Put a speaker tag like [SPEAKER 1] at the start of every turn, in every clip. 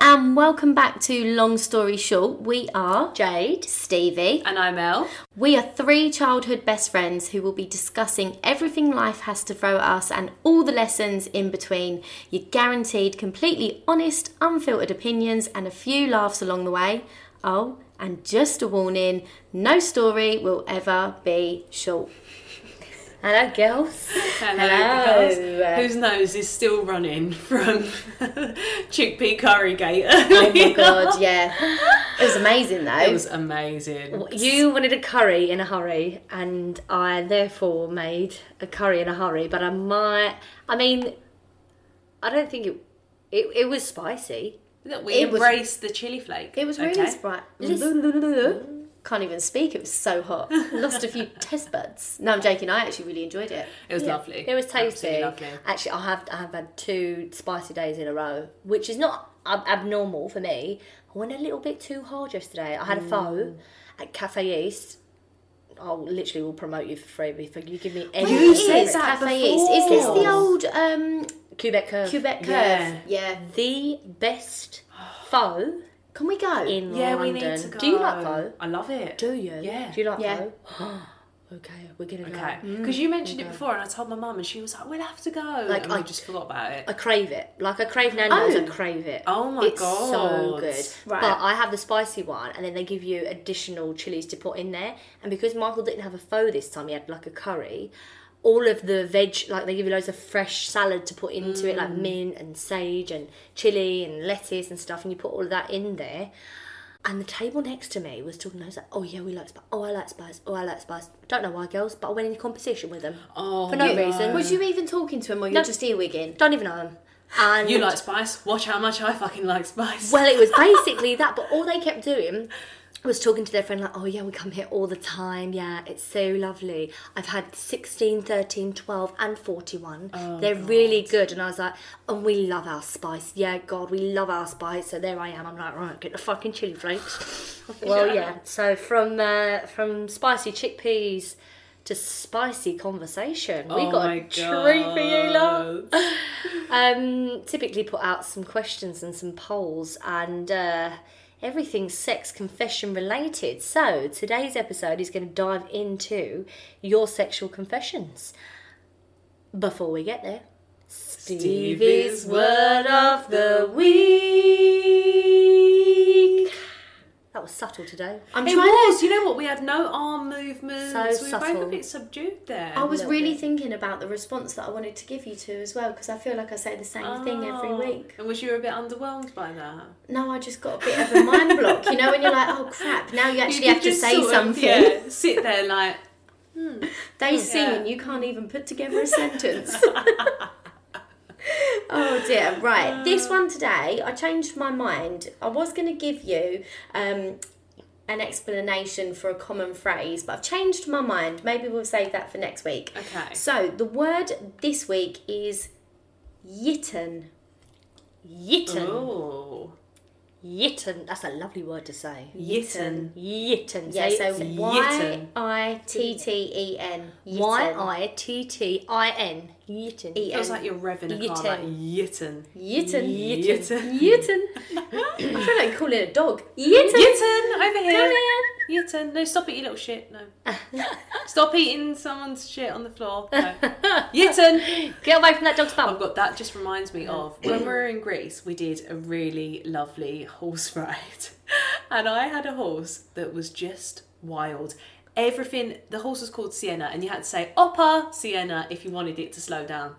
[SPEAKER 1] welcome back to Long Story Short. We are
[SPEAKER 2] Jade.
[SPEAKER 1] Stevie.
[SPEAKER 2] And I'm Elle.
[SPEAKER 1] We are three childhood best friends who will be discussing everything life has to throw at us and all the lessons in between. You're guaranteed completely honest, unfiltered opinions and a few laughs along the way. Oh, and just a warning no story will ever be short. Hello, girls.
[SPEAKER 2] Hello.
[SPEAKER 1] Hello.
[SPEAKER 2] because Whose nose is still running from chickpea curry gate?
[SPEAKER 1] Oh my god, yeah. It was amazing though.
[SPEAKER 2] It was amazing.
[SPEAKER 3] You wanted a curry in a hurry, and I therefore made a curry in a hurry. But I might, I mean, I don't think it. It, it was spicy.
[SPEAKER 2] That we
[SPEAKER 1] It was-
[SPEAKER 2] embraced the chili flake.
[SPEAKER 1] It was really
[SPEAKER 2] okay?
[SPEAKER 1] bright. Can't even speak. It was so hot. Lost a few test buds. No, I'm joking. I actually really enjoyed it.
[SPEAKER 2] It was lovely.
[SPEAKER 3] It was tasty.
[SPEAKER 2] Absolutely lovely.
[SPEAKER 3] Actually, I have I have had two spicy days in a row, which is not ab- abnormal for me. I went a little bit too hard yesterday. I had a faux at Cafe East. I'll literally will promote you for free if you give me any.
[SPEAKER 1] Where is
[SPEAKER 2] said
[SPEAKER 3] secret.
[SPEAKER 2] that
[SPEAKER 1] Cafe
[SPEAKER 2] before.
[SPEAKER 1] East? Is this the old um,
[SPEAKER 3] Quebec curve.
[SPEAKER 1] Quebec curve?
[SPEAKER 2] Yeah.
[SPEAKER 1] Yeah.
[SPEAKER 3] the best faux
[SPEAKER 1] Can we go?
[SPEAKER 3] in
[SPEAKER 2] Yeah,
[SPEAKER 3] London.
[SPEAKER 2] we need to go.
[SPEAKER 3] Do you like faux?
[SPEAKER 2] I love it.
[SPEAKER 3] Do you?
[SPEAKER 2] Yeah.
[SPEAKER 3] Do you like
[SPEAKER 1] Yeah.
[SPEAKER 3] faux? okay, we're gonna go.
[SPEAKER 2] Okay, because you mentioned it before, and I told my mum, and she was like, "We'll have to go,"
[SPEAKER 3] Mm, Like,
[SPEAKER 2] and we
[SPEAKER 3] I-
[SPEAKER 2] just forgot about it.
[SPEAKER 3] I crave it. Like I crave Nando's.
[SPEAKER 1] Oh.
[SPEAKER 3] I crave it.
[SPEAKER 2] Oh my
[SPEAKER 3] it's so
[SPEAKER 2] God.
[SPEAKER 3] good.
[SPEAKER 1] Right.
[SPEAKER 3] Oh, But I have the spicy one, and then they give you additional chilies to put in there. And because Michael didn't have a faux this time, he had like a curry. All of the veg, like they give you loads of fresh salad to put into it, like mint and sage and chili and lettuce and stuff, and you put all of that in there. And the table next to me was talking. I was like, "Oh yeah, we like spice. Oh, I like spice. Oh, I like spice. Don't know why, girls, but I went into competition with them
[SPEAKER 2] Oh,
[SPEAKER 3] for no
[SPEAKER 2] no.
[SPEAKER 3] reason.
[SPEAKER 1] Was you even talking to him, or you're just earwigging?
[SPEAKER 3] Don't even know them. And
[SPEAKER 2] You like spice? Watch how much I fucking like spice.
[SPEAKER 3] Well, it was basically that, but all they kept doing was talking to their friend, like, oh yeah, we come here all the time. Yeah, it's so lovely. I've had 16, 13, 12, and 41. They're really good. And I was like, and we love our spice. Yeah, God, we love our spice. So there I am. I'm like, right, get the fucking chili flakes. well,
[SPEAKER 2] Yeah.
[SPEAKER 3] yeah. So from uh, from spicy chickpeas to spicy conversation, we
[SPEAKER 2] Oh
[SPEAKER 3] got
[SPEAKER 2] my
[SPEAKER 3] a treat for you, love
[SPEAKER 2] God.
[SPEAKER 3] um, typically put out some questions and some polls and uh, everything's sex confession related. So today's episode is going to dive into your sexual confessions. Before we get there, Stevie's word of the week. That was subtle today.
[SPEAKER 1] I'm
[SPEAKER 2] It
[SPEAKER 1] trying.
[SPEAKER 2] was. You know what? We had no arm movements.
[SPEAKER 3] So
[SPEAKER 2] we were both a
[SPEAKER 3] subtle.
[SPEAKER 2] bit subdued there.
[SPEAKER 1] I was
[SPEAKER 3] little
[SPEAKER 1] really
[SPEAKER 3] bit.
[SPEAKER 1] thinking about the response that I wanted to give you to as well, because I feel like I say the same thing every
[SPEAKER 2] Oh.
[SPEAKER 1] week.
[SPEAKER 2] And was you a bit underwhelmed by that?
[SPEAKER 1] No, I just got a bit of a mind block. You know, when you're like, oh crap, now you actually
[SPEAKER 2] You
[SPEAKER 1] have to
[SPEAKER 2] just
[SPEAKER 1] say
[SPEAKER 2] sort of,
[SPEAKER 1] something.
[SPEAKER 2] yeah, sit there like.
[SPEAKER 1] They sing
[SPEAKER 2] Yeah.
[SPEAKER 1] and you can't even put together a sentence. oh dear. Right. this one today, I changed my mind. I was going to give you um, an explanation for a common phrase, but I've changed my mind. Maybe we'll save that for next week.
[SPEAKER 2] Okay.
[SPEAKER 1] So the word this week is yitten.
[SPEAKER 3] Yitten.
[SPEAKER 2] Oh.
[SPEAKER 3] Yitten. That's a lovely word to say.
[SPEAKER 2] Yitten.
[SPEAKER 3] Yitten.
[SPEAKER 1] Yeah, so
[SPEAKER 3] it's
[SPEAKER 1] Y I T T E N.
[SPEAKER 3] Y-I-T-T-I-N. Yitten.
[SPEAKER 1] E
[SPEAKER 2] Feels
[SPEAKER 1] N.
[SPEAKER 2] like you're revving a car. Like, yitten.
[SPEAKER 1] Yitten.
[SPEAKER 2] Yitten.
[SPEAKER 1] Yitten. I feel like calling a dog. Yitten.
[SPEAKER 2] Yitten over
[SPEAKER 1] Come
[SPEAKER 2] here.
[SPEAKER 1] here.
[SPEAKER 2] Yitten. No, stop it, you little shit. No. stop eating someone's shit on the floor. No. Yitten.
[SPEAKER 3] Get away from that dog's bum.
[SPEAKER 2] I've got that. Just reminds me of when we were in Greece. We did a really lovely horse ride, and I had a horse that was just wild. Everything. The horse was called Sienna, and you had to say "Oppa Sienna" if you wanted it to slow down.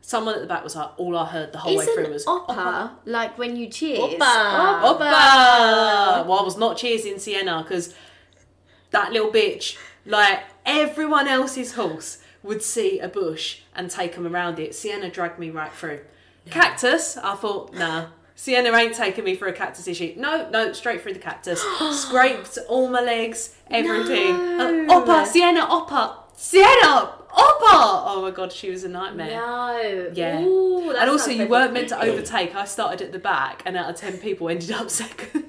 [SPEAKER 2] Someone at the back was like, "All I heard the whole way through
[SPEAKER 1] Isn't
[SPEAKER 2] was
[SPEAKER 1] oppa, like when you cheers?
[SPEAKER 3] Oppa.
[SPEAKER 1] Oppa.
[SPEAKER 2] Oppa! Well, I was not cheersing Sienna because that little bitch, like everyone else's horse, would see a bush and take them around it. Sienna dragged me right through. Cactus, I thought, nah. Sienna ain't taking me for a cactus issue. No, no, straight through the cactus. Scraped all my legs, everything. And Oppa, Sienna, Oppa, Sienna, Oppa! Oh my god, she was a nightmare.
[SPEAKER 3] No.
[SPEAKER 2] Yeah.
[SPEAKER 3] Ooh, that
[SPEAKER 2] and also,
[SPEAKER 3] sounds
[SPEAKER 2] you
[SPEAKER 3] so
[SPEAKER 2] weren't meant to overtake. I started at the back, and out of 10 people ended up second.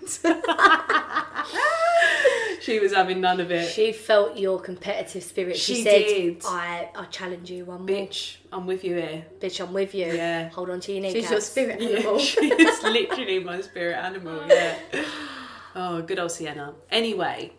[SPEAKER 2] She was having none of it.
[SPEAKER 3] She felt your competitive spirit. She,
[SPEAKER 2] She
[SPEAKER 3] said,
[SPEAKER 2] did.
[SPEAKER 3] I, I challenge you one more.
[SPEAKER 2] Bitch, I'm with you here.
[SPEAKER 3] Bitch, I'm with you.
[SPEAKER 2] Yeah.
[SPEAKER 3] Hold on to your kneecaps.
[SPEAKER 1] She's your spirit
[SPEAKER 2] Yeah,
[SPEAKER 1] animal.
[SPEAKER 2] she is literally my spirit animal. Yeah. Oh, good old Sienna. Anyway,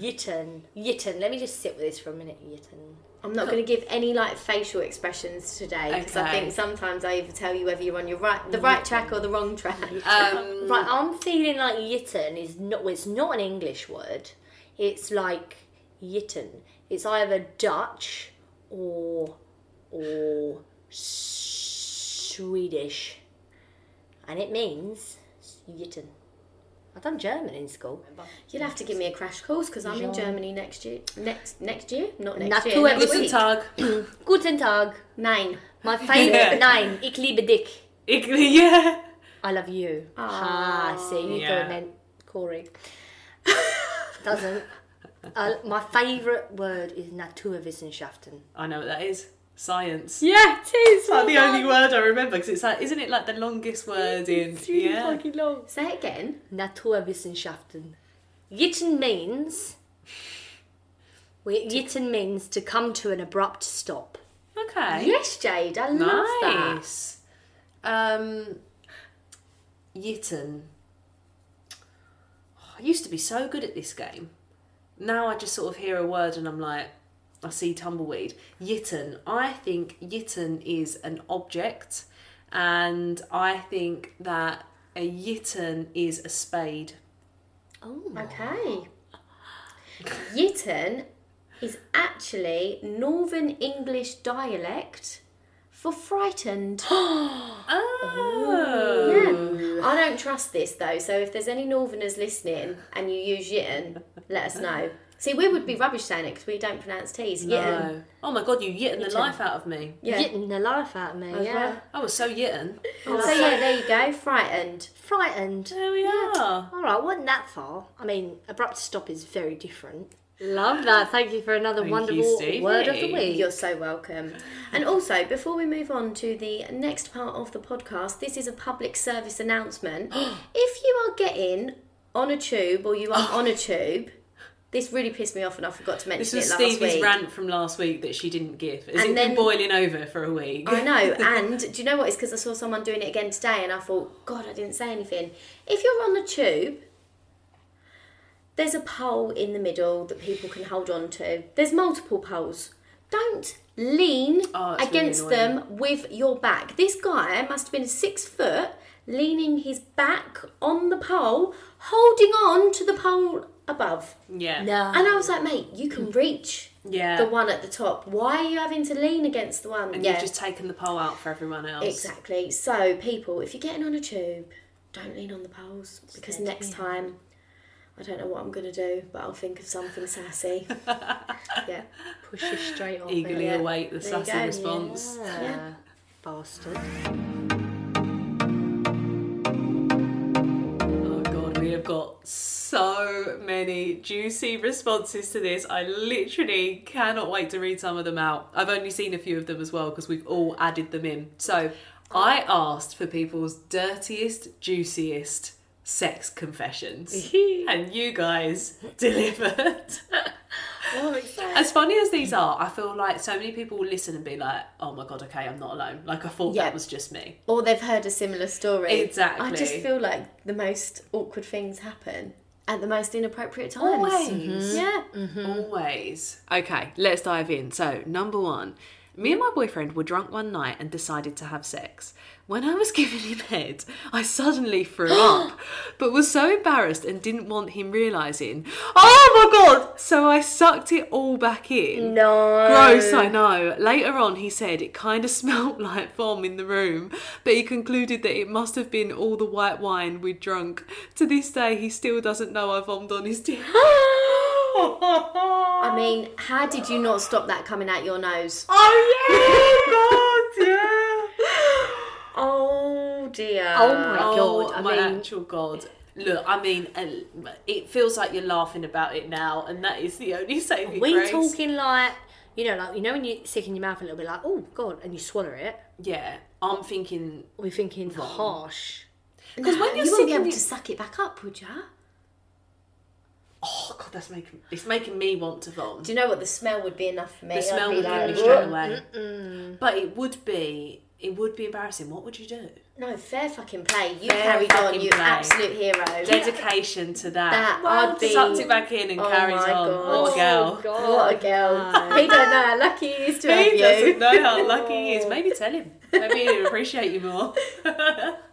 [SPEAKER 1] Yitten.
[SPEAKER 3] Yitten. Yitten. Let me just sit with this for a minute. Yitten.
[SPEAKER 1] I'm not going to give any like facial expressions today because I
[SPEAKER 2] Okay.
[SPEAKER 1] think sometimes I either tell you whether you're on your right, the right track or the wrong track.
[SPEAKER 2] Um,
[SPEAKER 3] Right, I'm feeling like yitten is not. It's not an English word. It's like yitten. It's either Dutch or or Swedish, and it means yitten. I've done German in school.
[SPEAKER 1] You'll have to give me a crash course because I'm in
[SPEAKER 3] Jean.
[SPEAKER 1] Germany next year. Next next year, not next
[SPEAKER 3] Not
[SPEAKER 1] year.
[SPEAKER 3] whoever
[SPEAKER 1] Next
[SPEAKER 2] Guten
[SPEAKER 1] week.
[SPEAKER 2] Tag.
[SPEAKER 3] Guten Tag.
[SPEAKER 1] Nine.
[SPEAKER 3] My favorite
[SPEAKER 2] Yeah.
[SPEAKER 3] nine. Ich liebe dich.
[SPEAKER 2] Ik- yeah.
[SPEAKER 3] I love you. Ah, see, you
[SPEAKER 2] Yeah.
[SPEAKER 3] thought it meant Corey. Doesn't. Uh, my favourite word is Naturwissenschaften.
[SPEAKER 2] I know what that is. Science.
[SPEAKER 3] Yeah, it is.
[SPEAKER 2] That's the only word I remember because it's like, isn't it like the longest word in? Yeah.
[SPEAKER 3] long.
[SPEAKER 1] Say it again.
[SPEAKER 3] Naturwissenschaften. Yitten means. we- Yitten means to come to an abrupt stop.
[SPEAKER 2] Okay.
[SPEAKER 1] Yes, Jade. I love that.
[SPEAKER 2] Nice. Um, Yitten. Oh, I used to be so good at this game. Now I just sort of hear a word and I'm like, I see tumbleweed. Yitten. I think Yitten is an object, and I think that a Yitten is a spade.
[SPEAKER 3] Oh.
[SPEAKER 1] Okay. Yitten is actually Northern English dialect for frightened.
[SPEAKER 2] Oh.
[SPEAKER 1] Yeah. I don't trust this though, so if there's any Northerners listening and you use Yitten, let us know. See, we would be rubbish saying it because we don't pronounce T's. Yitten.
[SPEAKER 2] No. Oh my god, you yitten the life out of me.
[SPEAKER 1] Yeah.
[SPEAKER 3] Yitten the life out of me,
[SPEAKER 1] As
[SPEAKER 3] yeah.
[SPEAKER 1] well.
[SPEAKER 2] I was Uh-huh. so yitten.
[SPEAKER 1] So, yeah, there you go. Frightened.
[SPEAKER 3] Frightened.
[SPEAKER 2] There we are.
[SPEAKER 3] All right, wasn't that far? I mean, abrupt stop is very different. Love that. Thank you for another
[SPEAKER 2] Thank you,
[SPEAKER 3] wonderful
[SPEAKER 2] Stevie.
[SPEAKER 3] word of the week.
[SPEAKER 1] You're so welcome. And also, before we move on to the next part of the podcast, this is a public service announcement. if you are getting on a tube or you are on a tube, this really pissed me off and I forgot to mention
[SPEAKER 2] Oh. This was
[SPEAKER 1] it last
[SPEAKER 2] Stevie's
[SPEAKER 1] week.
[SPEAKER 2] rant from last week that she didn't give. Has
[SPEAKER 1] And
[SPEAKER 2] it
[SPEAKER 1] then-
[SPEAKER 2] been boiling over for a week?
[SPEAKER 1] I know, and do you know what? It's because I saw someone doing it again today and I thought, God, I didn't say anything. If you're on the tube, there's a pole in the middle that people can hold on to. There's multiple poles. Don't lean
[SPEAKER 2] Oh, it's really
[SPEAKER 1] against them with your back. This guy must have been six foot, leaning his back on the pole, holding on to the pole above.
[SPEAKER 2] Yeah.
[SPEAKER 3] No.
[SPEAKER 1] And I was like, mate, you can reach
[SPEAKER 2] Yeah.
[SPEAKER 1] the one at the top. Why are you having to lean against the one?
[SPEAKER 2] And
[SPEAKER 1] yeah,
[SPEAKER 2] you've just taken the poll out for everyone else.
[SPEAKER 1] exactly. So, people, if you're getting on a tube, don't lean on the poles because
[SPEAKER 3] Stay
[SPEAKER 1] next time, I don't know what I'm going to do, but I'll think of something sassy. yeah.
[SPEAKER 3] Push you straight off.
[SPEAKER 2] Eagerly
[SPEAKER 1] Yeah.
[SPEAKER 2] await the
[SPEAKER 1] There you
[SPEAKER 2] sassy
[SPEAKER 1] go.
[SPEAKER 2] response.
[SPEAKER 3] Yeah.
[SPEAKER 1] Yeah.
[SPEAKER 3] Bastard.
[SPEAKER 2] Oh god, we have got so many juicy responses to this. I literally cannot wait to read some of them out. I've only seen a few of them as well because we've all added them in. So I asked for people's dirtiest, juiciest sex confessions. and you guys delivered. As funny as these are, I feel like so many people will listen and be like, oh my god, okay, I'm not alone. Like, I thought
[SPEAKER 1] Yeah.
[SPEAKER 2] that was just me.
[SPEAKER 1] Or they've heard a similar story. I just
[SPEAKER 2] Exactly.
[SPEAKER 1] feel like the most awkward things happen at the most inappropriate times.
[SPEAKER 2] Always. Mm-hmm.
[SPEAKER 1] Yeah.
[SPEAKER 2] Always. Okay, let's dive in. So, number one. Me and my boyfriend were drunk one night and decided to have sex. When I was giving him head, I suddenly threw up, but was so embarrassed and didn't want him realizing, oh my god! So I sucked it all back in.
[SPEAKER 3] No.
[SPEAKER 2] Gross, I know. Later on, he said it kind of smelled like vom in the room, but he concluded that it must have been all the white wine we'd drunk. To this day, he still doesn't know I vommed on his dick.
[SPEAKER 1] I mean, how did you not stop that coming out your nose?
[SPEAKER 2] Oh yeah, God, yeah.
[SPEAKER 1] Oh dear.
[SPEAKER 3] Oh my- God, I
[SPEAKER 2] my
[SPEAKER 3] mean-
[SPEAKER 2] actual God. Look, I mean, uh, it feels like you're laughing about it now, and that is the only saving
[SPEAKER 3] We
[SPEAKER 2] grace.
[SPEAKER 3] talking like you know, like you know when you sick in your mouth a little bit, like oh god, and you swallow it.
[SPEAKER 2] Yeah, I'm thinking
[SPEAKER 3] We're thinking harsh.
[SPEAKER 1] Because
[SPEAKER 2] when you're
[SPEAKER 1] you wouldn't be
[SPEAKER 2] sitting
[SPEAKER 1] able
[SPEAKER 2] in-
[SPEAKER 1] to suck it back up, would you?
[SPEAKER 2] Oh god, that's making it's making me want to vom.
[SPEAKER 1] Do you know what the smell would be enough for me?
[SPEAKER 2] The
[SPEAKER 1] I'd
[SPEAKER 2] smell
[SPEAKER 1] be
[SPEAKER 2] would
[SPEAKER 1] like,
[SPEAKER 2] get me
[SPEAKER 1] "Ugh."
[SPEAKER 2] straight away. But it would be it would be embarrassing. What would you do?
[SPEAKER 1] No, fair fucking play. You
[SPEAKER 2] Fair
[SPEAKER 1] carried on.
[SPEAKER 2] fucking
[SPEAKER 1] You
[SPEAKER 2] play.
[SPEAKER 1] absolute hero.
[SPEAKER 2] Dedication to that.
[SPEAKER 1] That
[SPEAKER 2] Well,
[SPEAKER 1] I'd be-
[SPEAKER 2] sucked it back in and
[SPEAKER 1] Oh
[SPEAKER 2] carried
[SPEAKER 1] my
[SPEAKER 2] on.
[SPEAKER 1] God.
[SPEAKER 2] What a girl.
[SPEAKER 1] What a girl. He don't know how lucky he is to have
[SPEAKER 2] He
[SPEAKER 1] you.
[SPEAKER 2] doesn't know how lucky he is. Maybe tell him. Maybe he'll appreciate you more.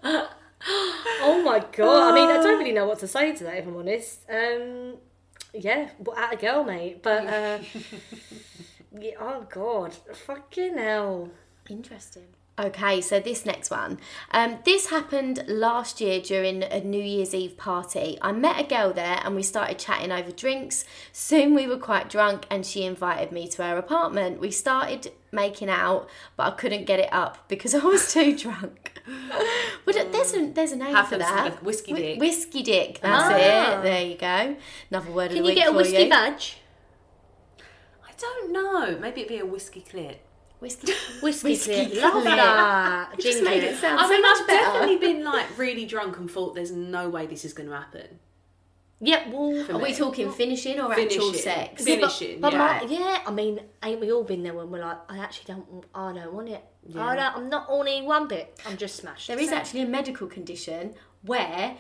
[SPEAKER 3] Oh my god! I mean, I don't really know what to say to that, if I'm honest. Um, yeah, what at a girl, mate. But uh, yeah, oh god, fucking hell.
[SPEAKER 1] Interesting. Okay, so this next one. Um, this happened last year during a New Year's Eve party. I met a girl there and we started chatting over drinks. Soon we were quite drunk and she invited me to her apartment. We started making out, but I couldn't get it up because I was too drunk. But there's a, there's a name for
[SPEAKER 2] Happens to
[SPEAKER 1] that.
[SPEAKER 2] the whiskey
[SPEAKER 1] Whi-
[SPEAKER 2] dick.
[SPEAKER 1] Whiskey dick, that's
[SPEAKER 3] Ah.
[SPEAKER 1] it. There you go. Another word of the
[SPEAKER 3] Can you
[SPEAKER 1] week
[SPEAKER 3] get a
[SPEAKER 1] for
[SPEAKER 3] whiskey
[SPEAKER 1] you.
[SPEAKER 3] badge?
[SPEAKER 2] I don't know. Maybe it'd be a whiskey clit.
[SPEAKER 1] Whiskey,
[SPEAKER 3] Whiskey,
[SPEAKER 1] Whiskey
[SPEAKER 3] clear. Love
[SPEAKER 1] clear.
[SPEAKER 3] that.
[SPEAKER 1] You just made
[SPEAKER 3] Jingle.
[SPEAKER 1] it sound
[SPEAKER 2] I
[SPEAKER 1] so
[SPEAKER 2] mean,
[SPEAKER 1] much
[SPEAKER 2] I've
[SPEAKER 1] better.
[SPEAKER 2] definitely been like really drunk and thought there's no way this is going to happen.
[SPEAKER 3] Yep. Well,
[SPEAKER 1] Are we talking finishing or actual
[SPEAKER 2] Finishing.
[SPEAKER 1] sex?
[SPEAKER 3] Yeah, but-
[SPEAKER 2] finishing,
[SPEAKER 3] But,
[SPEAKER 2] yeah.
[SPEAKER 3] my- yeah, I mean, ain't we all been there when we're like, I actually don't, I don't want it. I don't, I'm not horny one bit. I'm just smashed.
[SPEAKER 1] There is actually a medical condition where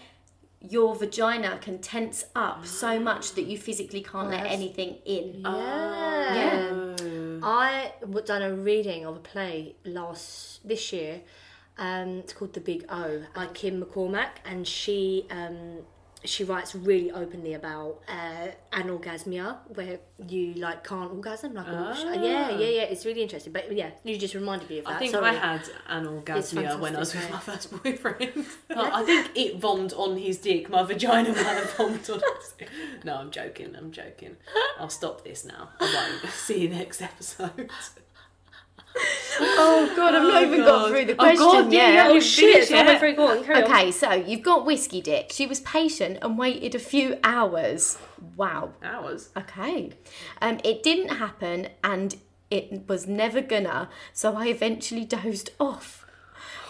[SPEAKER 1] your vagina can tense up so much that you physically can't let anything in.
[SPEAKER 3] Yeah.
[SPEAKER 1] Yeah.
[SPEAKER 3] I w- done a reading of a play last this year. Um, it's called The Big O by Kim McCormack, and she um, she writes really openly about uh, anorgasmia, where you like can't orgasm, like a- yeah, yeah, yeah. It's really interesting. But yeah, you just reminded me of that.
[SPEAKER 2] I think
[SPEAKER 3] Sorry.
[SPEAKER 2] I had an orgasmia when I was with
[SPEAKER 3] fantastic,
[SPEAKER 2] my first boyfriend. Like, I think it vommed on his dick. My vagina might have vommed on his dick. No, I'm joking. I'm joking. I'll stop this now. I won't. See you next episode.
[SPEAKER 1] Oh god, I've not even got through the question
[SPEAKER 2] Oh, God, yeah, yeah.
[SPEAKER 3] Oh shit!
[SPEAKER 2] Yeah.
[SPEAKER 3] I went through. Go on, carry on.
[SPEAKER 1] Okay, so you've got whiskey dick. She was patient and waited a few hours. Wow.
[SPEAKER 2] Hours.
[SPEAKER 1] Okay. Um, it didn't happen and it was never gonna, so I eventually dozed off.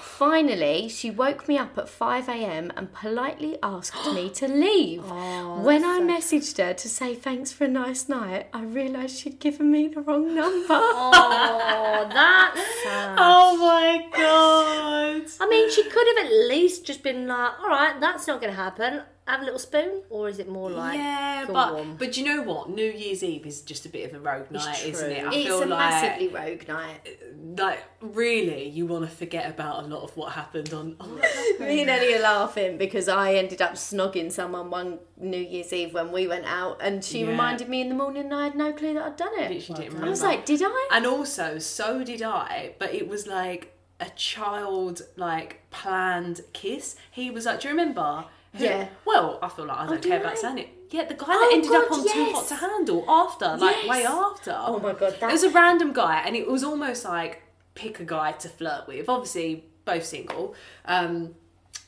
[SPEAKER 1] Finally, she woke me up at 5 a.m. and politely asked me to leave.
[SPEAKER 2] Oh,
[SPEAKER 1] when I messaged her to say thanks for a nice night, I realised she'd given me the wrong number.
[SPEAKER 3] Oh, that's. sad.
[SPEAKER 2] Oh my god.
[SPEAKER 3] I mean, she could have at least just been like, all right, that's not going to happen. Have a little spoon, or is it more like?
[SPEAKER 2] yeah,
[SPEAKER 3] go
[SPEAKER 2] but
[SPEAKER 3] on?
[SPEAKER 2] but you know what? New Year's Eve is just a bit of a rogue night, isn't it?
[SPEAKER 3] true.
[SPEAKER 2] I
[SPEAKER 1] It's
[SPEAKER 2] feel
[SPEAKER 1] a
[SPEAKER 2] like
[SPEAKER 1] massively rogue night.
[SPEAKER 2] like really you want to forget about a lot of what happened on. on
[SPEAKER 1] Me and Ellie are laughing because I ended up snogging someone one New Year's Eve when we went out, and she
[SPEAKER 2] Yeah.
[SPEAKER 1] reminded me in the morning, and I had no clue that I'd done it.
[SPEAKER 2] Literally didn't
[SPEAKER 1] I was
[SPEAKER 2] remember.
[SPEAKER 1] like, did I?
[SPEAKER 2] and also so did I, but it was like a child like planned kiss. He was like, "Do you remember?" Who-
[SPEAKER 1] Yeah.
[SPEAKER 2] Well, I feel like I don't
[SPEAKER 1] Oh, do
[SPEAKER 2] care
[SPEAKER 1] I?
[SPEAKER 2] about saying it. Yeah, the guy that ended up
[SPEAKER 1] God,
[SPEAKER 2] on Too Hot
[SPEAKER 1] yes.
[SPEAKER 2] to Handle after, like way
[SPEAKER 1] Yes.
[SPEAKER 2] after.
[SPEAKER 1] Oh my God, that-
[SPEAKER 2] It was a random guy, and it was almost like pick a guy to flirt with. Obviously, both single. Um,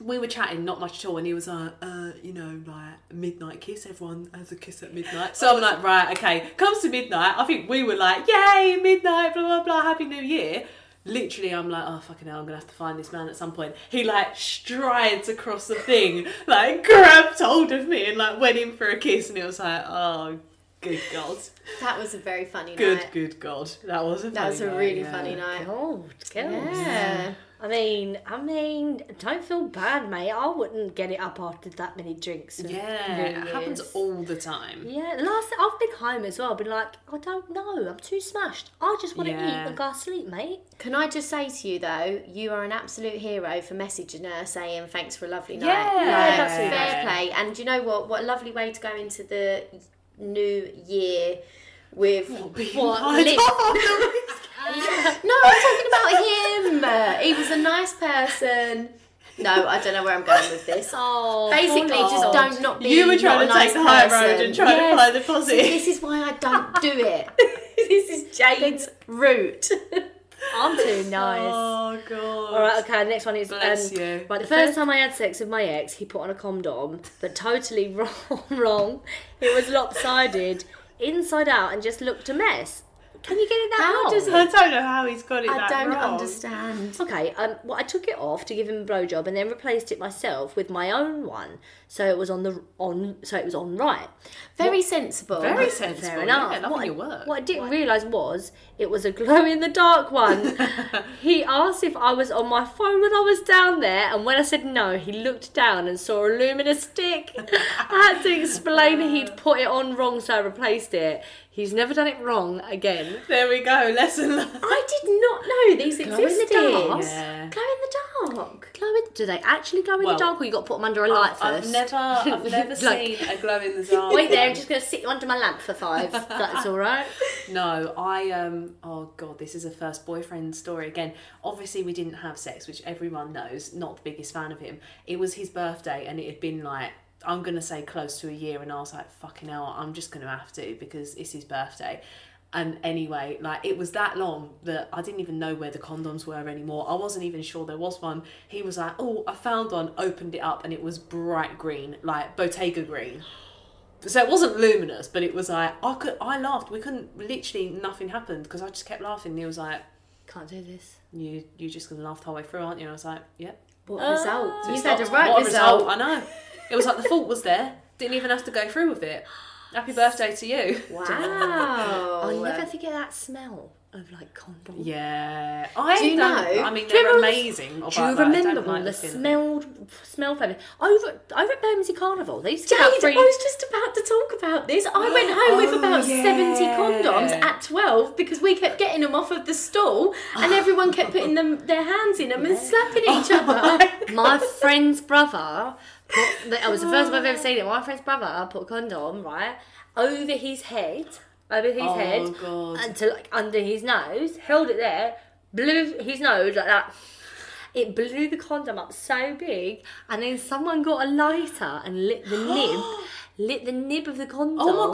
[SPEAKER 2] we were chatting, not much at all, and he was like, uh, you know, like midnight kiss. Everyone has a kiss at midnight. So I'm like, right, okay. Comes to midnight. I think we were like, yay, midnight, blah blah blah, happy new year. Literally, I'm like, oh fucking hell, I'm gonna have to find this man at some point. He like strides across the thing, like grabbed hold of me and like went in for a kiss, and it was like, oh, good god,
[SPEAKER 1] That was a very funny
[SPEAKER 2] good,
[SPEAKER 1] night.
[SPEAKER 2] good god. That was a
[SPEAKER 1] That
[SPEAKER 2] funny
[SPEAKER 1] was a
[SPEAKER 2] night,
[SPEAKER 1] really
[SPEAKER 2] yeah.
[SPEAKER 1] funny night.
[SPEAKER 3] Oh, girls.
[SPEAKER 1] Yeah.
[SPEAKER 3] I mean, I mean, don't feel bad, mate. I wouldn't get it up after that many drinks. and
[SPEAKER 2] Yeah,
[SPEAKER 3] New
[SPEAKER 2] it happens
[SPEAKER 3] Year's.
[SPEAKER 2] all the time.
[SPEAKER 3] Yeah, last I've been home as well. I've been like, I don't know. I'm too smashed. I just want to
[SPEAKER 2] Yeah.
[SPEAKER 3] eat and go to sleep, mate.
[SPEAKER 1] Can I just say to you though, you are an absolute hero for messaging her saying thanks for a lovely night.
[SPEAKER 2] Yeah,
[SPEAKER 1] Like,
[SPEAKER 3] that's really
[SPEAKER 1] fair
[SPEAKER 2] nice.
[SPEAKER 1] play. And do you know what? What a lovely way to go into the new year with
[SPEAKER 2] Being
[SPEAKER 3] What,
[SPEAKER 2] high
[SPEAKER 3] lit?
[SPEAKER 2] top of the whiskey.
[SPEAKER 1] No, I'm talking about him. He was a nice person. No, I don't know where I'm going with this.
[SPEAKER 3] Oh,
[SPEAKER 1] Basically, just don't not be.
[SPEAKER 2] you were trying
[SPEAKER 1] not
[SPEAKER 2] to
[SPEAKER 1] a nice
[SPEAKER 2] take the high road
[SPEAKER 1] person.
[SPEAKER 2] and trying
[SPEAKER 1] Yes.
[SPEAKER 2] to find the positive.
[SPEAKER 1] This is why I don't do it. this is Jade's route.
[SPEAKER 3] I'm too nice.
[SPEAKER 2] Oh god.
[SPEAKER 3] All right, okay. The next one is
[SPEAKER 2] Bless
[SPEAKER 3] um,
[SPEAKER 2] you.
[SPEAKER 3] Right, the first time I had sex with my ex, he put on a condom, but totally wrong. wrong. It was lopsided, inside out, and just looked a mess. Can you get it that
[SPEAKER 1] How
[SPEAKER 3] wrong?
[SPEAKER 1] does
[SPEAKER 2] I don't know how he's got it
[SPEAKER 1] I
[SPEAKER 2] that
[SPEAKER 1] don't
[SPEAKER 2] wrong.
[SPEAKER 1] understand.
[SPEAKER 3] Okay, um, well, I took it off to give him a blowjob and then replaced it myself with my own one. So it was on the on. So it was on right.
[SPEAKER 1] Very sensible.
[SPEAKER 2] Very sensible.
[SPEAKER 3] Fair enough.
[SPEAKER 2] Yeah, loving
[SPEAKER 3] what, I,
[SPEAKER 2] your work.
[SPEAKER 3] what I didn't realise was it was a glow in the dark one. he asked if I was on my phone when I was down there, and when I said no, he looked down and saw a luminous stick. I had to explain he'd put it on wrong, so I replaced it. He's never done it wrong again.
[SPEAKER 2] There we go. Lesson learned.
[SPEAKER 1] I did not know these
[SPEAKER 3] Glow in the
[SPEAKER 1] existed.
[SPEAKER 3] dark?
[SPEAKER 2] Yeah.
[SPEAKER 1] Glow in the dark.
[SPEAKER 3] Glow in, do they actually glow in
[SPEAKER 2] Well,
[SPEAKER 3] the dark, or you got to put them under a light
[SPEAKER 2] I've
[SPEAKER 3] 1st
[SPEAKER 2] never, I've never
[SPEAKER 3] Like-
[SPEAKER 2] seen a glow in the dark.
[SPEAKER 3] Wait there, I'm just going to sit you under my lamp for five. That's all right.
[SPEAKER 2] No, I um oh god, this is a first boyfriend story again. Obviously we didn't have sex, which everyone knows, not the biggest fan of him. It was his birthday and it had been like I'm gonna say close to a year and I was like, fucking hell, I'm just gonna have to because it's his birthday. And anyway, like it was that long that I didn't even know where the condoms were anymore. I wasn't even sure there was one. He was like, Oh, I found one, opened it up, and it was bright green, like Bottega green so it wasn't luminous, but it was like I could I laughed. We couldn't literally nothing happened because I just kept laughing. He was like,
[SPEAKER 3] Can't do this.
[SPEAKER 2] "You you just gonna laugh the whole way through, aren't you?" And I was like, "Yep."
[SPEAKER 1] What
[SPEAKER 3] Ah.
[SPEAKER 1] result?
[SPEAKER 3] So
[SPEAKER 1] You've
[SPEAKER 3] it's
[SPEAKER 1] had a
[SPEAKER 3] not-
[SPEAKER 1] right
[SPEAKER 2] What a
[SPEAKER 1] Oh. result.
[SPEAKER 2] result! I know. It was like the fault was there. Didn't even have to go through with it. Happy birthday to you.
[SPEAKER 1] Wow.
[SPEAKER 3] I'll never forget that smell of like condom.
[SPEAKER 2] Yeah, I
[SPEAKER 1] Do you
[SPEAKER 2] don't-
[SPEAKER 1] know-
[SPEAKER 2] I mean,
[SPEAKER 3] do you
[SPEAKER 2] they're
[SPEAKER 3] remember-
[SPEAKER 2] amazing.
[SPEAKER 3] Do you remember all the smelled smell flavour? Over over at Bermondsey Carnival, they used to
[SPEAKER 1] Jade,
[SPEAKER 3] give out
[SPEAKER 1] I
[SPEAKER 3] free.
[SPEAKER 1] was just about to talk about this. I went home with
[SPEAKER 2] Oh,
[SPEAKER 1] about
[SPEAKER 2] yeah.
[SPEAKER 1] 70 condoms at 12 because we kept getting them off of the stall and everyone kept putting them their hands in them and slapping each other.
[SPEAKER 3] My friend's brother, put, that was the first time I've ever seen it. My friend's brother put a condom right over his head, over his
[SPEAKER 2] Oh,
[SPEAKER 3] head,
[SPEAKER 2] God.
[SPEAKER 3] and to like under his nose, held it there, blew his nose like that. It blew the condom up so big, and then someone got a lighter and lit the nib, lit the nib of the condom.
[SPEAKER 2] Oh, my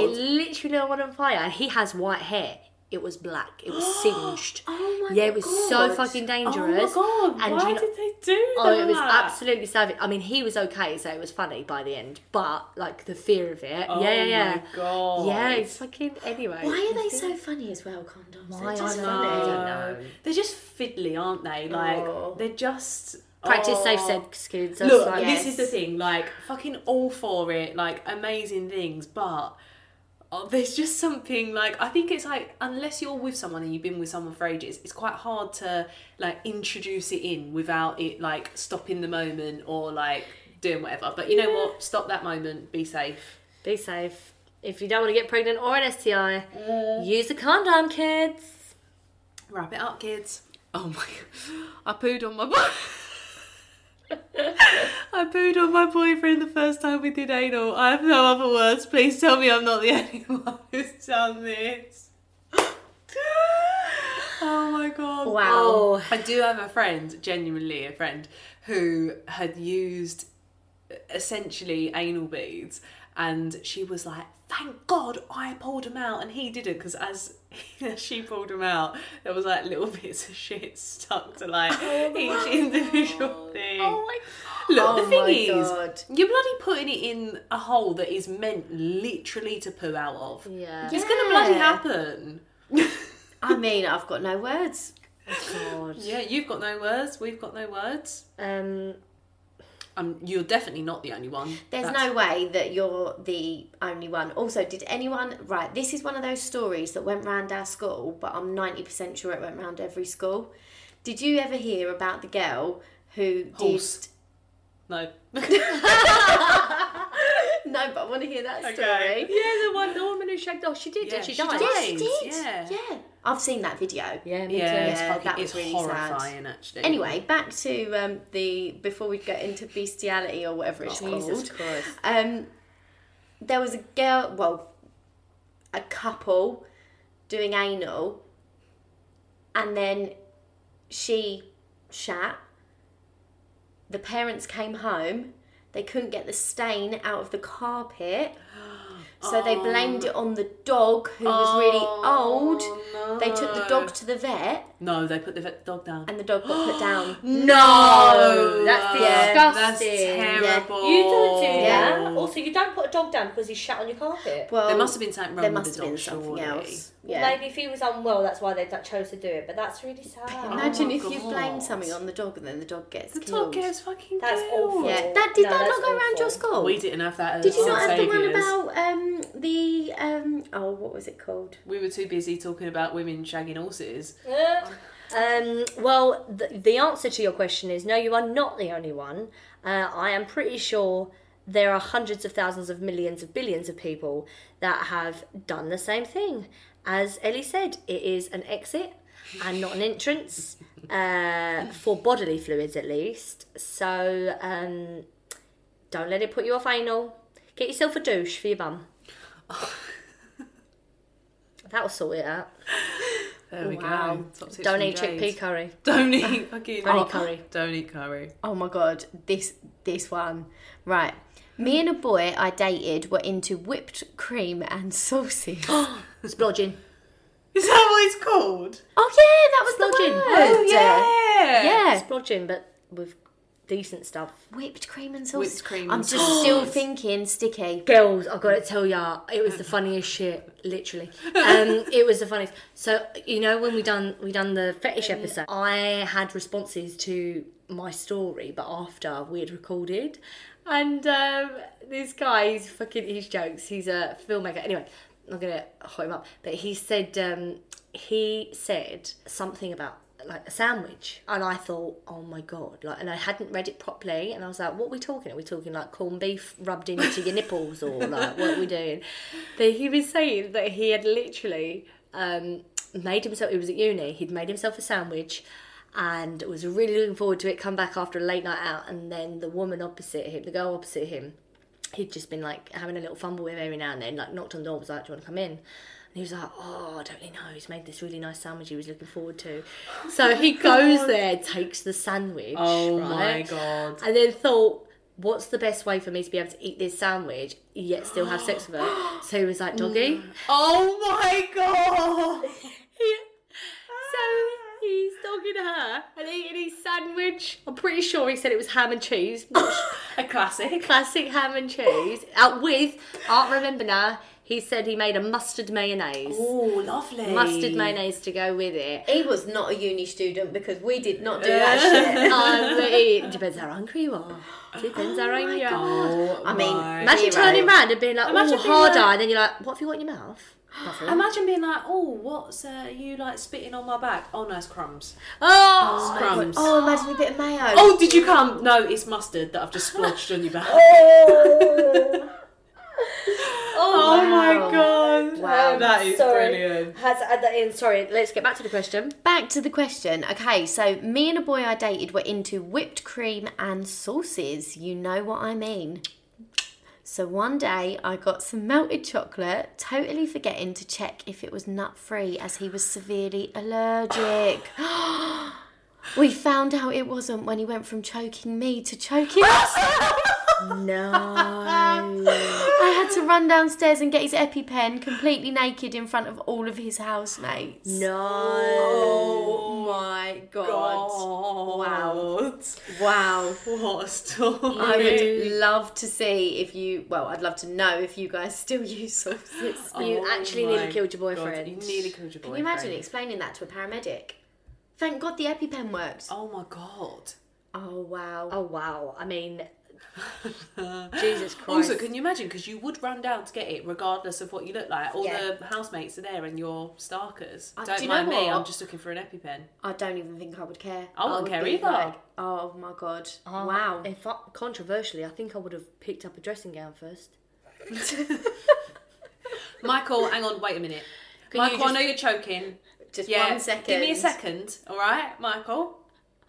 [SPEAKER 2] God.
[SPEAKER 3] It literally went on fire, and he has white hair. It was black. It was singed.
[SPEAKER 1] Oh my
[SPEAKER 3] yeah, it was so
[SPEAKER 1] God.
[SPEAKER 3] fucking dangerous.
[SPEAKER 2] Oh my god!
[SPEAKER 3] And
[SPEAKER 2] Why
[SPEAKER 3] you know-
[SPEAKER 2] did they do that?
[SPEAKER 3] Oh, it was absolutely savage. I mean, he was okay, so it was funny by the end. But like the fear of it,
[SPEAKER 2] Oh
[SPEAKER 3] yeah, yeah, yeah,
[SPEAKER 2] my God.
[SPEAKER 3] yeah. It's fucking anyway.
[SPEAKER 1] Why are they so funny as well, condoms?
[SPEAKER 3] Why
[SPEAKER 1] They're just
[SPEAKER 3] are
[SPEAKER 1] funny.
[SPEAKER 3] they?
[SPEAKER 2] No, they're just fiddly, aren't they? Like
[SPEAKER 1] Oh.
[SPEAKER 2] they're just
[SPEAKER 3] practice safe
[SPEAKER 2] Oh.
[SPEAKER 3] sex, kids? That's
[SPEAKER 2] Look,
[SPEAKER 3] like-
[SPEAKER 1] yes.
[SPEAKER 2] this is the thing. Like, fucking all for it. Like, amazing things, but oh, there's just something like I think it's like unless you're with someone and you've been with someone for ages, it's quite hard to like introduce it in without it like stopping the moment or like doing whatever. But you know what? Stop that moment. Be safe.
[SPEAKER 3] Be safe. If you don't want to get pregnant or an STI,
[SPEAKER 2] Mm.
[SPEAKER 3] use a condom, kids.
[SPEAKER 2] Wrap it up, kids. Oh my! I pooed on my boy. I pooed on my boyfriend the first time we did anal. I have no other words. Please tell me I'm not the only one who's done this. oh my god!
[SPEAKER 1] Wow.
[SPEAKER 3] Oh,
[SPEAKER 2] I do have a friend, genuinely a friend, who had used essentially anal beads, and she was like, "Thank God I pulled him out," and he didn't, because as she pulled him out, there was like little bits of shit stuck to like each individual thing.
[SPEAKER 3] oh
[SPEAKER 2] Look,
[SPEAKER 1] Oh
[SPEAKER 2] the thing
[SPEAKER 1] my
[SPEAKER 2] is,
[SPEAKER 1] God.
[SPEAKER 2] you're bloody putting it in a hole that is meant literally to poo out of.
[SPEAKER 3] my. Yeah.
[SPEAKER 2] It's gonna bloody
[SPEAKER 1] Yeah.
[SPEAKER 2] happen.
[SPEAKER 1] I mean, I've got no words.
[SPEAKER 3] God.
[SPEAKER 2] Yeah, you've got no words. We've got no words.
[SPEAKER 3] Um.
[SPEAKER 2] Um, you're definitely not the only one.
[SPEAKER 1] There's no way that you're the only one. Also, did anyone right? This is one of those stories that went round our school, but I'm ninety percent sure it went round every school. Did you ever hear about the girl who
[SPEAKER 2] Horse. no.
[SPEAKER 1] did? No, but I want to hear that story.
[SPEAKER 3] Yeah, the one, the woman who shagged off. She did.
[SPEAKER 2] Yeah,
[SPEAKER 3] did she,
[SPEAKER 2] she
[SPEAKER 3] die?
[SPEAKER 2] did.
[SPEAKER 1] Yes, she did.
[SPEAKER 2] Yeah.
[SPEAKER 1] Yeah. I've seen that video.
[SPEAKER 3] Yeah. Me
[SPEAKER 2] Yeah,
[SPEAKER 3] too.
[SPEAKER 2] it's
[SPEAKER 1] Yeah,
[SPEAKER 2] fucking,
[SPEAKER 1] that was
[SPEAKER 2] it's
[SPEAKER 1] really sad.
[SPEAKER 2] horrifying actually.
[SPEAKER 1] Anyway, back to um, the before we get into bestiality or whatever it's
[SPEAKER 3] Oh, Jesus
[SPEAKER 1] called.
[SPEAKER 3] Christ.
[SPEAKER 1] Um, there was a girl, well, a couple doing anal, and then she shat. The parents came home. They couldn't get the stain out of the carpet, So they blamed it on the dog who was really old.
[SPEAKER 3] Oh,
[SPEAKER 2] no.
[SPEAKER 1] They took the
[SPEAKER 2] Oh.
[SPEAKER 1] dog to the vet
[SPEAKER 2] No, they put the vet dog down.
[SPEAKER 1] and the dog got put down.
[SPEAKER 3] No, that's
[SPEAKER 1] Yeah,
[SPEAKER 3] disgusting.
[SPEAKER 2] That's terrible.
[SPEAKER 3] You don't do
[SPEAKER 1] Yeah.
[SPEAKER 3] that. Also, you don't put a dog down because he shat on your carpet.
[SPEAKER 1] Well,
[SPEAKER 2] There must have been something wrong
[SPEAKER 1] there
[SPEAKER 2] with
[SPEAKER 1] must
[SPEAKER 2] the
[SPEAKER 1] have
[SPEAKER 2] dog,
[SPEAKER 1] been something
[SPEAKER 2] surely.
[SPEAKER 1] else.
[SPEAKER 3] Well,
[SPEAKER 1] Yeah.
[SPEAKER 3] Maybe if he was unwell, that's why they d- chose to do it. But that's really sad.
[SPEAKER 1] Imagine
[SPEAKER 2] my
[SPEAKER 1] if you blame
[SPEAKER 2] God.
[SPEAKER 1] something on the dog and then Oh, the dog gets
[SPEAKER 2] The
[SPEAKER 1] killed.
[SPEAKER 2] dog gets fucking
[SPEAKER 3] That's
[SPEAKER 2] killed.
[SPEAKER 3] awful.
[SPEAKER 1] yeah, that did
[SPEAKER 3] No,
[SPEAKER 1] that
[SPEAKER 3] that's
[SPEAKER 1] not go around
[SPEAKER 3] awful.
[SPEAKER 1] your school?
[SPEAKER 2] We didn't have that. At
[SPEAKER 1] Did you not
[SPEAKER 2] St.
[SPEAKER 1] have the one
[SPEAKER 2] Saviour's.
[SPEAKER 1] about um the um oh what was it called?
[SPEAKER 2] We were too busy talking about women shagging horses.
[SPEAKER 1] Oh,
[SPEAKER 3] Um, well, the, the answer to your question is no, you are not the only one. Uh, I am pretty sure there are hundreds of thousands of millions of billions of people that have done the same thing. As Ellie said, it is an exit and not an entrance uh, for bodily fluids, at least. So um, don't let it put you off anal. Get yourself a douche for your bum. That'll sort it out.
[SPEAKER 2] There we
[SPEAKER 1] Wow.
[SPEAKER 2] go. Top tips
[SPEAKER 3] Don't
[SPEAKER 2] from
[SPEAKER 3] eat
[SPEAKER 2] Jade.
[SPEAKER 3] chickpea curry.
[SPEAKER 2] Don't eat fucking.
[SPEAKER 3] Don't eat curry.
[SPEAKER 2] Don't eat curry.
[SPEAKER 1] Oh my god, this this one. Right. Me and a boy I dated were into whipped cream and sauces. oh
[SPEAKER 3] Splodging.
[SPEAKER 2] Is that what it's called?
[SPEAKER 1] Oh, yeah, that was the word.
[SPEAKER 3] Splodging.
[SPEAKER 2] yeah.
[SPEAKER 1] Oh, Yeah.
[SPEAKER 3] splodging, but with decent stuff.
[SPEAKER 1] Whipped cream and sauces.
[SPEAKER 2] Whipped cream
[SPEAKER 1] I'm
[SPEAKER 2] and
[SPEAKER 1] just
[SPEAKER 2] sauce.
[SPEAKER 1] still thinking sticky.
[SPEAKER 3] Girls, I've got to tell ya, it was the funniest shit, literally. Um, it was the funniest. So you know when we done we done the fetish episode, I had responses to my story, but after we had recorded, and um, this guy, he's fucking, he's jokes. He's a filmmaker. Anyway, I'm gonna hot him up, but he said um, he said something about like a sandwich and i thought oh my god like and i hadn't read it properly and i was like what are we talking are we talking like corned beef rubbed into your nipples or like what are we doing but he was saying that he had literally um made himself it was at uni he'd made himself a sandwich and was really looking forward to it come back after a late night out and then the woman opposite him the girl opposite him he'd just been like having a little fumble with every now and then, like knocked on the door, was like, Do you want to come in? And he was like, Oh, I don't really know. He's made this really nice sandwich he was looking forward to. So he goes there, takes the sandwich.
[SPEAKER 2] Oh my
[SPEAKER 3] right?
[SPEAKER 2] god.
[SPEAKER 3] And then thought, What's the best way for me to be able to eat this sandwich yet still have sex with her? So he was like, Doggy.
[SPEAKER 2] Oh my god.
[SPEAKER 3] so he's dogging her and eating his sandwich. I'm pretty sure he said it was ham and cheese.
[SPEAKER 2] A classic.
[SPEAKER 3] classic ham and cheese out with I can't remember now he said he made a mustard mayonnaise
[SPEAKER 2] Oh, lovely.
[SPEAKER 3] mustard mayonnaise to go with it
[SPEAKER 1] He was not a uni student because we did not do that shit.
[SPEAKER 3] um, it depends how hungry you are depends how hungry you are
[SPEAKER 2] Oh,
[SPEAKER 1] I mean,
[SPEAKER 2] my
[SPEAKER 3] imagine
[SPEAKER 1] Zero.
[SPEAKER 3] turning round and being like
[SPEAKER 2] Imagine
[SPEAKER 3] oh
[SPEAKER 2] being
[SPEAKER 3] hard
[SPEAKER 2] like-
[SPEAKER 3] eye and then you're like what have you got in your mouth Nothing.
[SPEAKER 2] Imagine being like, oh, what's uh, you like spitting on my back? Oh, no, it's crumbs.
[SPEAKER 3] oh
[SPEAKER 2] It's crumbs. Oh.
[SPEAKER 1] Oh, imagine a bit of mayo.
[SPEAKER 2] did you come? No, it's mustard that I've just splodged on your back.
[SPEAKER 3] oh,
[SPEAKER 2] Oh
[SPEAKER 1] Wow.
[SPEAKER 2] my god.
[SPEAKER 1] Wow.
[SPEAKER 2] That is
[SPEAKER 3] sorry.
[SPEAKER 2] brilliant.
[SPEAKER 3] Has, uh, that is- sorry let's get back to the question
[SPEAKER 1] Back to the question. Okay, so me and a boy I dated were into whipped cream and sauces. You know what I mean. So one day I got some melted chocolate, totally forgetting to check if it was nut free as he was severely allergic. we found out it wasn't when he went from choking me to choking us.
[SPEAKER 2] Oh,
[SPEAKER 3] no
[SPEAKER 1] I had to run downstairs and get his EpiPen completely naked in front of all of his housemates.
[SPEAKER 3] no
[SPEAKER 1] Oh my
[SPEAKER 2] Wow.
[SPEAKER 1] Wow.
[SPEAKER 2] What a story.
[SPEAKER 1] I would love to see if you. Well, I'd love to know if you guys still use sauces.
[SPEAKER 3] You
[SPEAKER 2] Oh
[SPEAKER 3] actually
[SPEAKER 2] my
[SPEAKER 3] nearly killed your
[SPEAKER 2] God,
[SPEAKER 3] boyfriend.
[SPEAKER 2] You nearly killed your boyfriend.
[SPEAKER 1] Can you imagine explaining that to a paramedic? Thank God the EpiPen worked.
[SPEAKER 2] Oh my god.
[SPEAKER 1] Oh wow.
[SPEAKER 3] Oh wow! I mean, Jesus Christ.
[SPEAKER 2] Also, can you imagine? Because you would run down to get it, regardless of what you look like. All
[SPEAKER 3] Yeah.
[SPEAKER 2] the housemates are there, and you're starkers.
[SPEAKER 1] Uh,
[SPEAKER 2] Don't
[SPEAKER 1] do you
[SPEAKER 2] mind
[SPEAKER 1] know
[SPEAKER 2] me.
[SPEAKER 1] what?
[SPEAKER 2] I'm just looking for an EpiPen.
[SPEAKER 1] I don't even think I would care.
[SPEAKER 2] I wouldn't
[SPEAKER 1] would
[SPEAKER 2] care
[SPEAKER 1] be
[SPEAKER 2] either.
[SPEAKER 1] oh my God.
[SPEAKER 3] Uh,
[SPEAKER 1] wow.
[SPEAKER 3] If I, controversially, I think I would have picked up a dressing gown first.
[SPEAKER 2] Michael, hang on. Wait a minute.
[SPEAKER 3] Can you
[SPEAKER 2] Michael, I
[SPEAKER 3] just-
[SPEAKER 2] know you're choking.
[SPEAKER 1] Just
[SPEAKER 2] Yeah.
[SPEAKER 1] one second.
[SPEAKER 2] Give me a second. All right, Michael.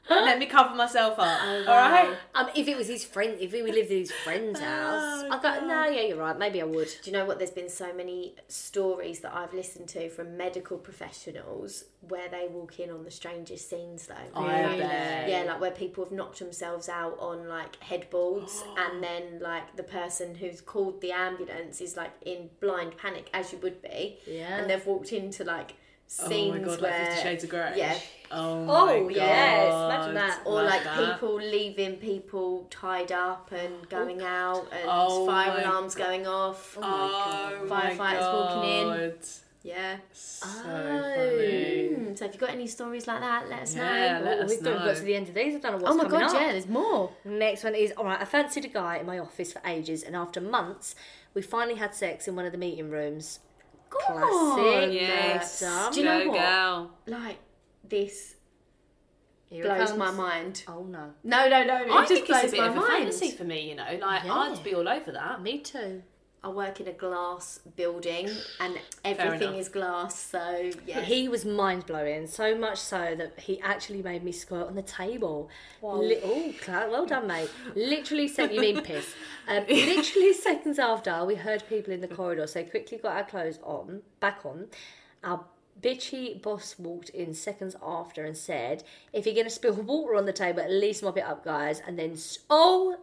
[SPEAKER 2] Let me cover myself up.
[SPEAKER 1] Oh,
[SPEAKER 2] All right.
[SPEAKER 3] Um, if it was his friend, if we lived in his friend's house, I go, no, yeah, you're right. Maybe I would.
[SPEAKER 1] Do you know what? There's been so many stories that I've listened to from medical professionals where they walk in on the strangest scenes, though.
[SPEAKER 2] I bet.
[SPEAKER 1] Yeah, like where people have knocked themselves out on like headboards, and then like the person who's called the ambulance is like in blind panic, as you would be.
[SPEAKER 3] Yeah.
[SPEAKER 1] And they've walked into like scenes
[SPEAKER 2] oh my god,
[SPEAKER 1] where
[SPEAKER 2] like Fifty Shades of Grey.
[SPEAKER 1] Yeah.
[SPEAKER 2] Oh,
[SPEAKER 3] Oh,
[SPEAKER 2] my
[SPEAKER 3] yes,
[SPEAKER 2] God.
[SPEAKER 3] imagine that.
[SPEAKER 1] or like
[SPEAKER 2] that.
[SPEAKER 1] people leaving people tied up and going out and
[SPEAKER 2] Oh
[SPEAKER 1] fire
[SPEAKER 2] my
[SPEAKER 1] alarms going off.
[SPEAKER 2] Oh
[SPEAKER 1] God.
[SPEAKER 2] my
[SPEAKER 1] Firefighters walking in. Oh.
[SPEAKER 2] God.
[SPEAKER 1] Yeah.
[SPEAKER 2] So funny.
[SPEAKER 1] Mm, so if you've got any stories like that, let us
[SPEAKER 2] Yeah,
[SPEAKER 1] know.
[SPEAKER 2] let
[SPEAKER 3] Ooh,
[SPEAKER 2] us
[SPEAKER 3] we've done-
[SPEAKER 2] know.
[SPEAKER 3] got to the end of these. I don't know what's
[SPEAKER 1] Oh my
[SPEAKER 3] coming
[SPEAKER 1] god,
[SPEAKER 3] up.
[SPEAKER 1] yeah, there's more.
[SPEAKER 3] Next one is all right. I fancied a guy in my office for ages, and after months, we finally had sex in one of the meeting rooms. Classic.
[SPEAKER 2] Yes.
[SPEAKER 3] Dumb.
[SPEAKER 1] Do you know
[SPEAKER 2] Go,
[SPEAKER 1] what?
[SPEAKER 2] girl.
[SPEAKER 1] Like this
[SPEAKER 3] Here it
[SPEAKER 1] blows
[SPEAKER 3] comes.
[SPEAKER 1] my mind.
[SPEAKER 3] Oh no,
[SPEAKER 1] No, no, no. It
[SPEAKER 2] I
[SPEAKER 1] just
[SPEAKER 2] think
[SPEAKER 1] blows
[SPEAKER 2] it's a bit
[SPEAKER 1] my
[SPEAKER 2] of a
[SPEAKER 1] mind.
[SPEAKER 2] fantasy for me, you know. Like
[SPEAKER 3] Yeah.
[SPEAKER 2] I'd be all over that.
[SPEAKER 3] me too.
[SPEAKER 1] I work in a glass building and
[SPEAKER 2] enough.
[SPEAKER 1] everything is glass, so yeah.
[SPEAKER 3] He was mind blowing, so much so that he actually made me squirt on the table.
[SPEAKER 1] Wow.
[SPEAKER 3] Li- oh, Cla- well done, mate. Literally sent you mean piss. Um, literally seconds after, we heard people in the corridor, so quickly got our clothes on, back on. Our bitchy boss walked in seconds after and said, If you're going to spill water on the table, at least mop it up, guys. And then, s- oh,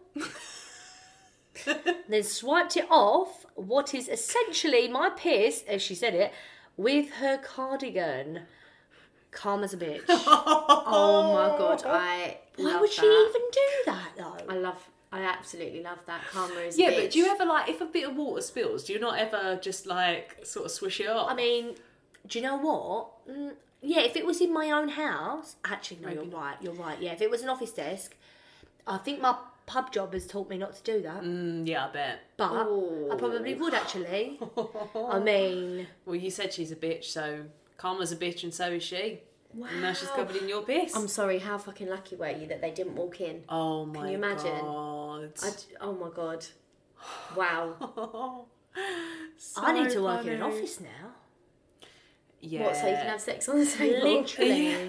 [SPEAKER 3] then swiped it off what is essentially my piss, as she said it, with her cardigan. Calm as a bitch. Why
[SPEAKER 1] Oh my god, I love
[SPEAKER 3] would she
[SPEAKER 1] that.
[SPEAKER 3] even do that though?
[SPEAKER 1] I love I absolutely love that. Karma is a
[SPEAKER 2] Yeah, but do you
[SPEAKER 1] bitch.
[SPEAKER 2] ever like if a bit of water spills, do you not ever just like sort of swish it up?
[SPEAKER 3] I mean, do you know what? Mm, yeah, if it was in my own house, actually, no, you're right. You're right. Yeah, if it was an office desk, I think my pub job has taught me not to do that.
[SPEAKER 2] Mm, yeah, I bet.
[SPEAKER 3] But I
[SPEAKER 1] Ooh.
[SPEAKER 3] probably would actually. I mean,
[SPEAKER 2] Well, you said she's a bitch, so Karma's a bitch, and so is she. Wow. And now she's
[SPEAKER 1] Wow.
[SPEAKER 2] covered in your piss.
[SPEAKER 1] I'm sorry, how fucking lucky were you that they didn't walk in?
[SPEAKER 2] oh my
[SPEAKER 1] you imagine?
[SPEAKER 2] god!
[SPEAKER 1] I d- oh my god. Wow.
[SPEAKER 3] I need to
[SPEAKER 2] So
[SPEAKER 3] work in an
[SPEAKER 2] funny.
[SPEAKER 3] office now.
[SPEAKER 2] Yeah.
[SPEAKER 1] What, so you can have sex on the table?
[SPEAKER 3] Literally.
[SPEAKER 2] Yeah.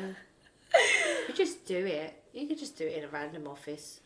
[SPEAKER 3] You just do it. You could just do it in a random office.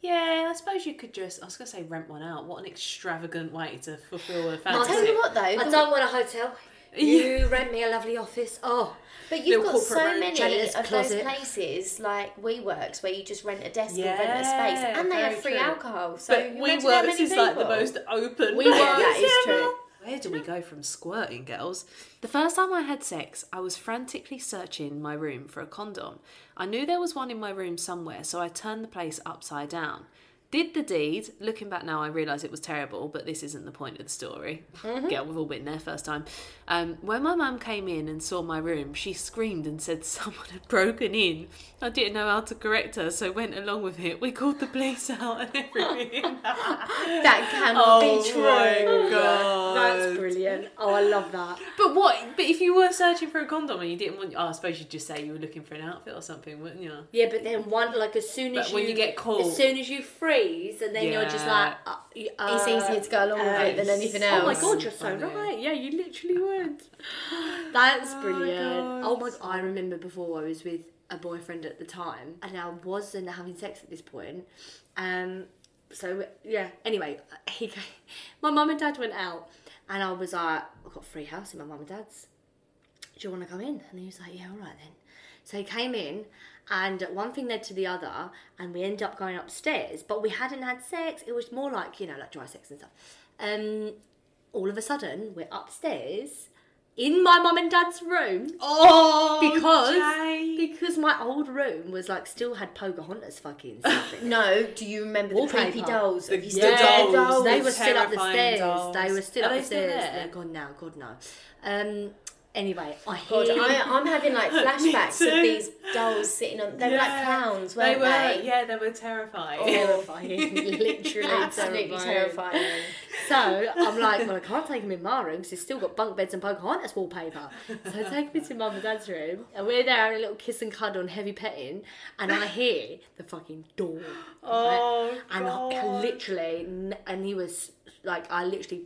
[SPEAKER 2] Yeah, I suppose you could just. I was gonna say rent one out. What an extravagant way to fulfil a
[SPEAKER 1] I'll
[SPEAKER 2] fantasy.
[SPEAKER 1] tell you what though,
[SPEAKER 3] I
[SPEAKER 1] the-
[SPEAKER 3] don't want a hotel. You rent me a lovely office. Oh,
[SPEAKER 1] but you've
[SPEAKER 2] little
[SPEAKER 1] got
[SPEAKER 2] corporate
[SPEAKER 1] so
[SPEAKER 2] room,
[SPEAKER 1] many
[SPEAKER 3] janitor's
[SPEAKER 1] of those
[SPEAKER 3] closet.
[SPEAKER 1] places like WeWorks where you just rent a desk or rent a space
[SPEAKER 2] Yeah,
[SPEAKER 1] and they
[SPEAKER 2] very
[SPEAKER 1] have free
[SPEAKER 2] true.
[SPEAKER 1] alcohol. So
[SPEAKER 2] But
[SPEAKER 1] you
[SPEAKER 2] we
[SPEAKER 1] imagine how
[SPEAKER 2] works
[SPEAKER 1] many
[SPEAKER 2] is like the
[SPEAKER 1] people.
[SPEAKER 2] most open.
[SPEAKER 1] We works,
[SPEAKER 2] place
[SPEAKER 1] that is
[SPEAKER 2] ever.
[SPEAKER 1] true.
[SPEAKER 2] Where do we go from squirting, girls? The first time I had sex, I was frantically searching my room for a condom. I knew there was one in my room somewhere, so I turned the place upside down. Did the deed. Looking back now, I realise it was terrible, but this isn't the point of the story. Yeah, we've all been there first time. Um, when my mum came in and saw my room, she screamed and said someone had broken in. I didn't know how to correct her, so went along with it. We called the police out and everything.
[SPEAKER 1] That cannot be true.
[SPEAKER 2] Oh my
[SPEAKER 3] that's brilliant. Oh, I love that.
[SPEAKER 2] But what? But if you were searching for a condom and you didn't want, oh, I suppose you'd just say you were looking for an outfit or something, wouldn't you?
[SPEAKER 3] Yeah, but then one like as soon as
[SPEAKER 2] But when you get caught-
[SPEAKER 3] as soon as you freeze, and then you're just
[SPEAKER 2] Yeah.
[SPEAKER 3] like, uh, y- uh,
[SPEAKER 1] It's easier to go along with it than anything
[SPEAKER 3] Oh
[SPEAKER 1] else.
[SPEAKER 3] my god, you're so
[SPEAKER 2] Funny.
[SPEAKER 3] right. Yeah, you literally would. That's
[SPEAKER 2] my
[SPEAKER 3] brilliant.
[SPEAKER 2] God.
[SPEAKER 3] Oh my god, I remember before I was with a boyfriend at the time, and I wasn't having sex at this point. Um, so yeah. Anyway, he came, my mum and dad went out, and I was like, I've got a free house in my mum and dad's. Do you want to come in? And he was like, Yeah, all right then. So he came in, and one thing led to the other, and we ended up going upstairs. But we hadn't had sex. It was more like you know, like dry sex and stuff. Um, all of a sudden, we're upstairs in my mum and dad's room
[SPEAKER 2] Oh,
[SPEAKER 3] because because my old room was like still had Pocahontas fucking stuff in it.
[SPEAKER 1] No, do you remember the creepy
[SPEAKER 3] Wallpaper.
[SPEAKER 1] dolls?
[SPEAKER 2] The-
[SPEAKER 1] Have you
[SPEAKER 2] the
[SPEAKER 1] still got
[SPEAKER 2] dolls.
[SPEAKER 1] the dolls?
[SPEAKER 3] They were still up the
[SPEAKER 2] Oh, terrifying
[SPEAKER 3] stairs.
[SPEAKER 2] dolls.
[SPEAKER 3] They were still
[SPEAKER 2] Are
[SPEAKER 3] up
[SPEAKER 2] they
[SPEAKER 3] the
[SPEAKER 2] still
[SPEAKER 3] stairs.
[SPEAKER 2] there?
[SPEAKER 3] They're gone now. God no. Um. Anyway, I
[SPEAKER 1] Oh God,
[SPEAKER 3] hear.
[SPEAKER 1] I, I'm having like flashbacks
[SPEAKER 2] too.
[SPEAKER 1] of these dolls sitting on. They were like clowns, weren't
[SPEAKER 2] they? Were,
[SPEAKER 1] they? Oh,
[SPEAKER 2] Yeah, they were terrifying.
[SPEAKER 3] Terrifying, literally
[SPEAKER 1] Absolutely terrifying.
[SPEAKER 3] So I'm like, well, I can't take him in my room because he's still got bunk beds and Pocahontas wallpaper. So I take him to mum and dad's room, and we're there having a little kiss and cuddle and heavy petting, and I hear the fucking door. right?
[SPEAKER 2] Oh,
[SPEAKER 3] and I
[SPEAKER 2] God.
[SPEAKER 3] literally, and he was like, I literally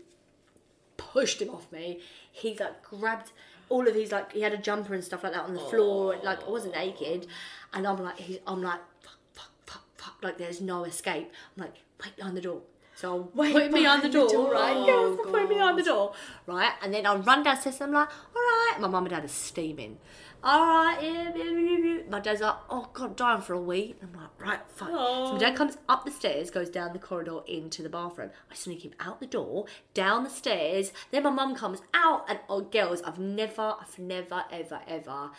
[SPEAKER 3] pushed him off me. He like grabbed all of his like he had a jumper and stuff like that on the floor. Like I wasn't naked, and I'm like he's, I'm like fuck, fuck, fuck, fuck. Like there's no escape. I'm like wait behind the door. So I put him behind the door, right? yes, I put him behind the door, right? And then I run downstairs and I'm like, all right. My mum and dad are steaming. All right, yeah, yeah, yeah, yeah. my dad's like, oh god, dying for a week. And I'm like, right, fine. So my dad comes up the stairs, goes down the corridor into the bathroom. I sneak him out the door, down the stairs. Then my mum comes out, and oh, girls, I've never, I've never, ever, ever,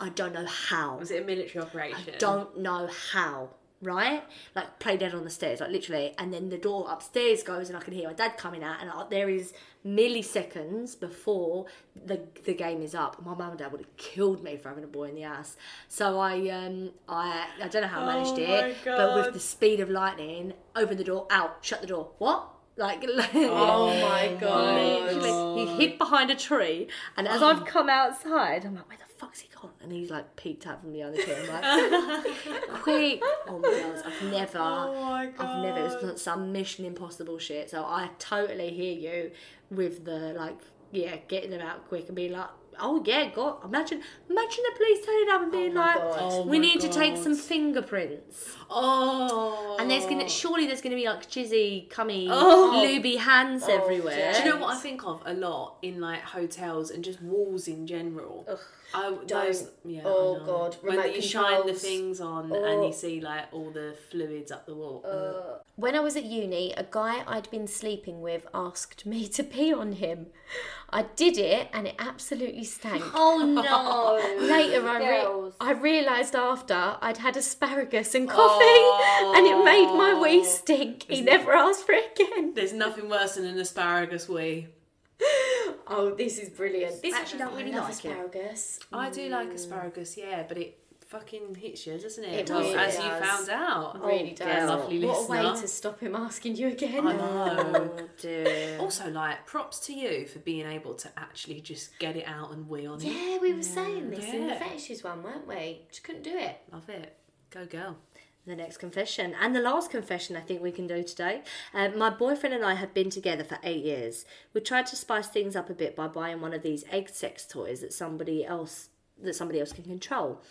[SPEAKER 3] I don't know how.
[SPEAKER 2] Was it a military operation?
[SPEAKER 3] Don't know how. Right, like play dead on the stairs, like literally, and then the door upstairs goes, and I can hear my dad coming out, and I, there is milliseconds before the the game is up. My mum and dad would have killed me for having a boy in the house. So I um I I don't know how I managed
[SPEAKER 2] Oh
[SPEAKER 3] it,
[SPEAKER 2] my
[SPEAKER 3] but with
[SPEAKER 2] God.
[SPEAKER 3] the speed of lightning, open the door, out, shut the door. What? Like,
[SPEAKER 2] Oh my
[SPEAKER 3] Literally,
[SPEAKER 2] god. Oh
[SPEAKER 3] he hid behind a tree, and as I've come outside, I'm like, where the fuck's he gone? And he's like peeked out from the other tree. I'm like, quick! Oh my god, I've never,
[SPEAKER 2] Oh my
[SPEAKER 3] I've never. It
[SPEAKER 2] God.
[SPEAKER 3] was some Mission Impossible shit. So I totally hear you with the like, yeah, getting them out quick and being like. Oh yeah, God! Imagine, imagine the police turning up and being
[SPEAKER 1] my
[SPEAKER 3] like,
[SPEAKER 1] God.
[SPEAKER 2] Oh
[SPEAKER 3] "We
[SPEAKER 2] my
[SPEAKER 3] need to take
[SPEAKER 2] God.
[SPEAKER 3] some fingerprints."
[SPEAKER 2] Oh.
[SPEAKER 3] And there's gonna surely there's gonna be like chizzy, cummy,
[SPEAKER 2] Oh.
[SPEAKER 3] looby hands everywhere.
[SPEAKER 2] Do you know what I think of a lot in like hotels and just walls in general? I those,
[SPEAKER 1] don't.
[SPEAKER 2] yeah, I
[SPEAKER 1] Oh,
[SPEAKER 2] know.
[SPEAKER 1] God,
[SPEAKER 2] When
[SPEAKER 1] remote
[SPEAKER 2] you shine the
[SPEAKER 1] controls. Oh.
[SPEAKER 2] things on and you see like all the fluids up the wall. mm.
[SPEAKER 1] When I was at uni, a guy I'd been sleeping with asked me to pee on him. I did it and it absolutely stank.
[SPEAKER 3] Oh no!
[SPEAKER 1] Later, I, re-
[SPEAKER 3] Girls.
[SPEAKER 1] I realised after I'd had asparagus and coffee and it made
[SPEAKER 3] Oh.
[SPEAKER 1] my wee stink. He never asked for it again.
[SPEAKER 2] There's nothing worse than an asparagus wee.
[SPEAKER 1] Oh, this is brilliant. This
[SPEAKER 3] actually don't really like it.
[SPEAKER 1] asparagus.
[SPEAKER 2] I do like asparagus, yeah, it? but it fucking hits you, doesn't it?
[SPEAKER 1] Mm. It
[SPEAKER 2] well,
[SPEAKER 1] really
[SPEAKER 2] as
[SPEAKER 1] does.
[SPEAKER 2] you found out.
[SPEAKER 1] really
[SPEAKER 3] Oh,
[SPEAKER 1] does.
[SPEAKER 3] girl.
[SPEAKER 2] Lovely
[SPEAKER 1] what a way
[SPEAKER 2] listener.
[SPEAKER 1] to stop him asking you again.
[SPEAKER 2] I know.
[SPEAKER 3] Oh dear.
[SPEAKER 2] Also, like, props to you for being able to actually just get it out and wee on it.
[SPEAKER 1] Yeah, we were saying this in the
[SPEAKER 2] Yeah.
[SPEAKER 1] fetishes one, weren't we? Just couldn't do it.
[SPEAKER 2] Love it. Go girl.
[SPEAKER 3] The next confession and the last confession I think we can do today. Um, my boyfriend and I have been together for eight years. We tried to spice things up a bit by buying one of these egg sex toys that somebody else that somebody else can control.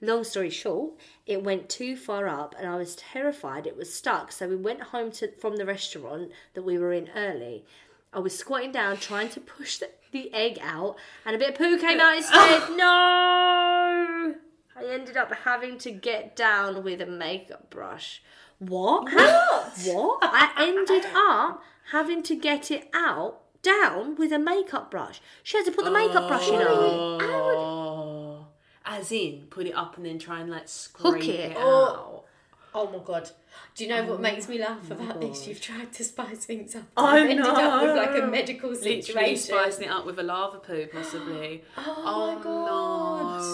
[SPEAKER 3] Long story short, it went too far up, and I was terrified it was stuck. So we went home to from the restaurant that we were in early. I was squatting down trying to push the, the egg out, and a bit of poo came out instead. no! I ended up having to get down with a makeup brush. What? What? what? I ended up having to get it out down with a makeup brush. She had to put the makeup brush in. her-
[SPEAKER 2] Oh. As in, put it up and then try and like scrape
[SPEAKER 3] Hook it.
[SPEAKER 2] it,
[SPEAKER 1] Oh. Oh my god. Do you know what makes me laugh about this? You've tried to spice things up.
[SPEAKER 2] Oh I
[SPEAKER 1] You've ended up with
[SPEAKER 2] know.
[SPEAKER 1] like a medical
[SPEAKER 2] Literally
[SPEAKER 1] situation.
[SPEAKER 2] spicing it up with a lava poo, possibly.
[SPEAKER 1] Oh,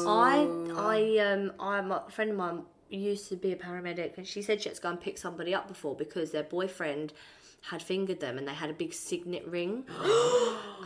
[SPEAKER 1] my god.
[SPEAKER 2] no.
[SPEAKER 3] I I um I'm a friend of mine used to be a paramedic and she said she had to go and pick somebody up before because their boyfriend had fingered them and they had a big signet ring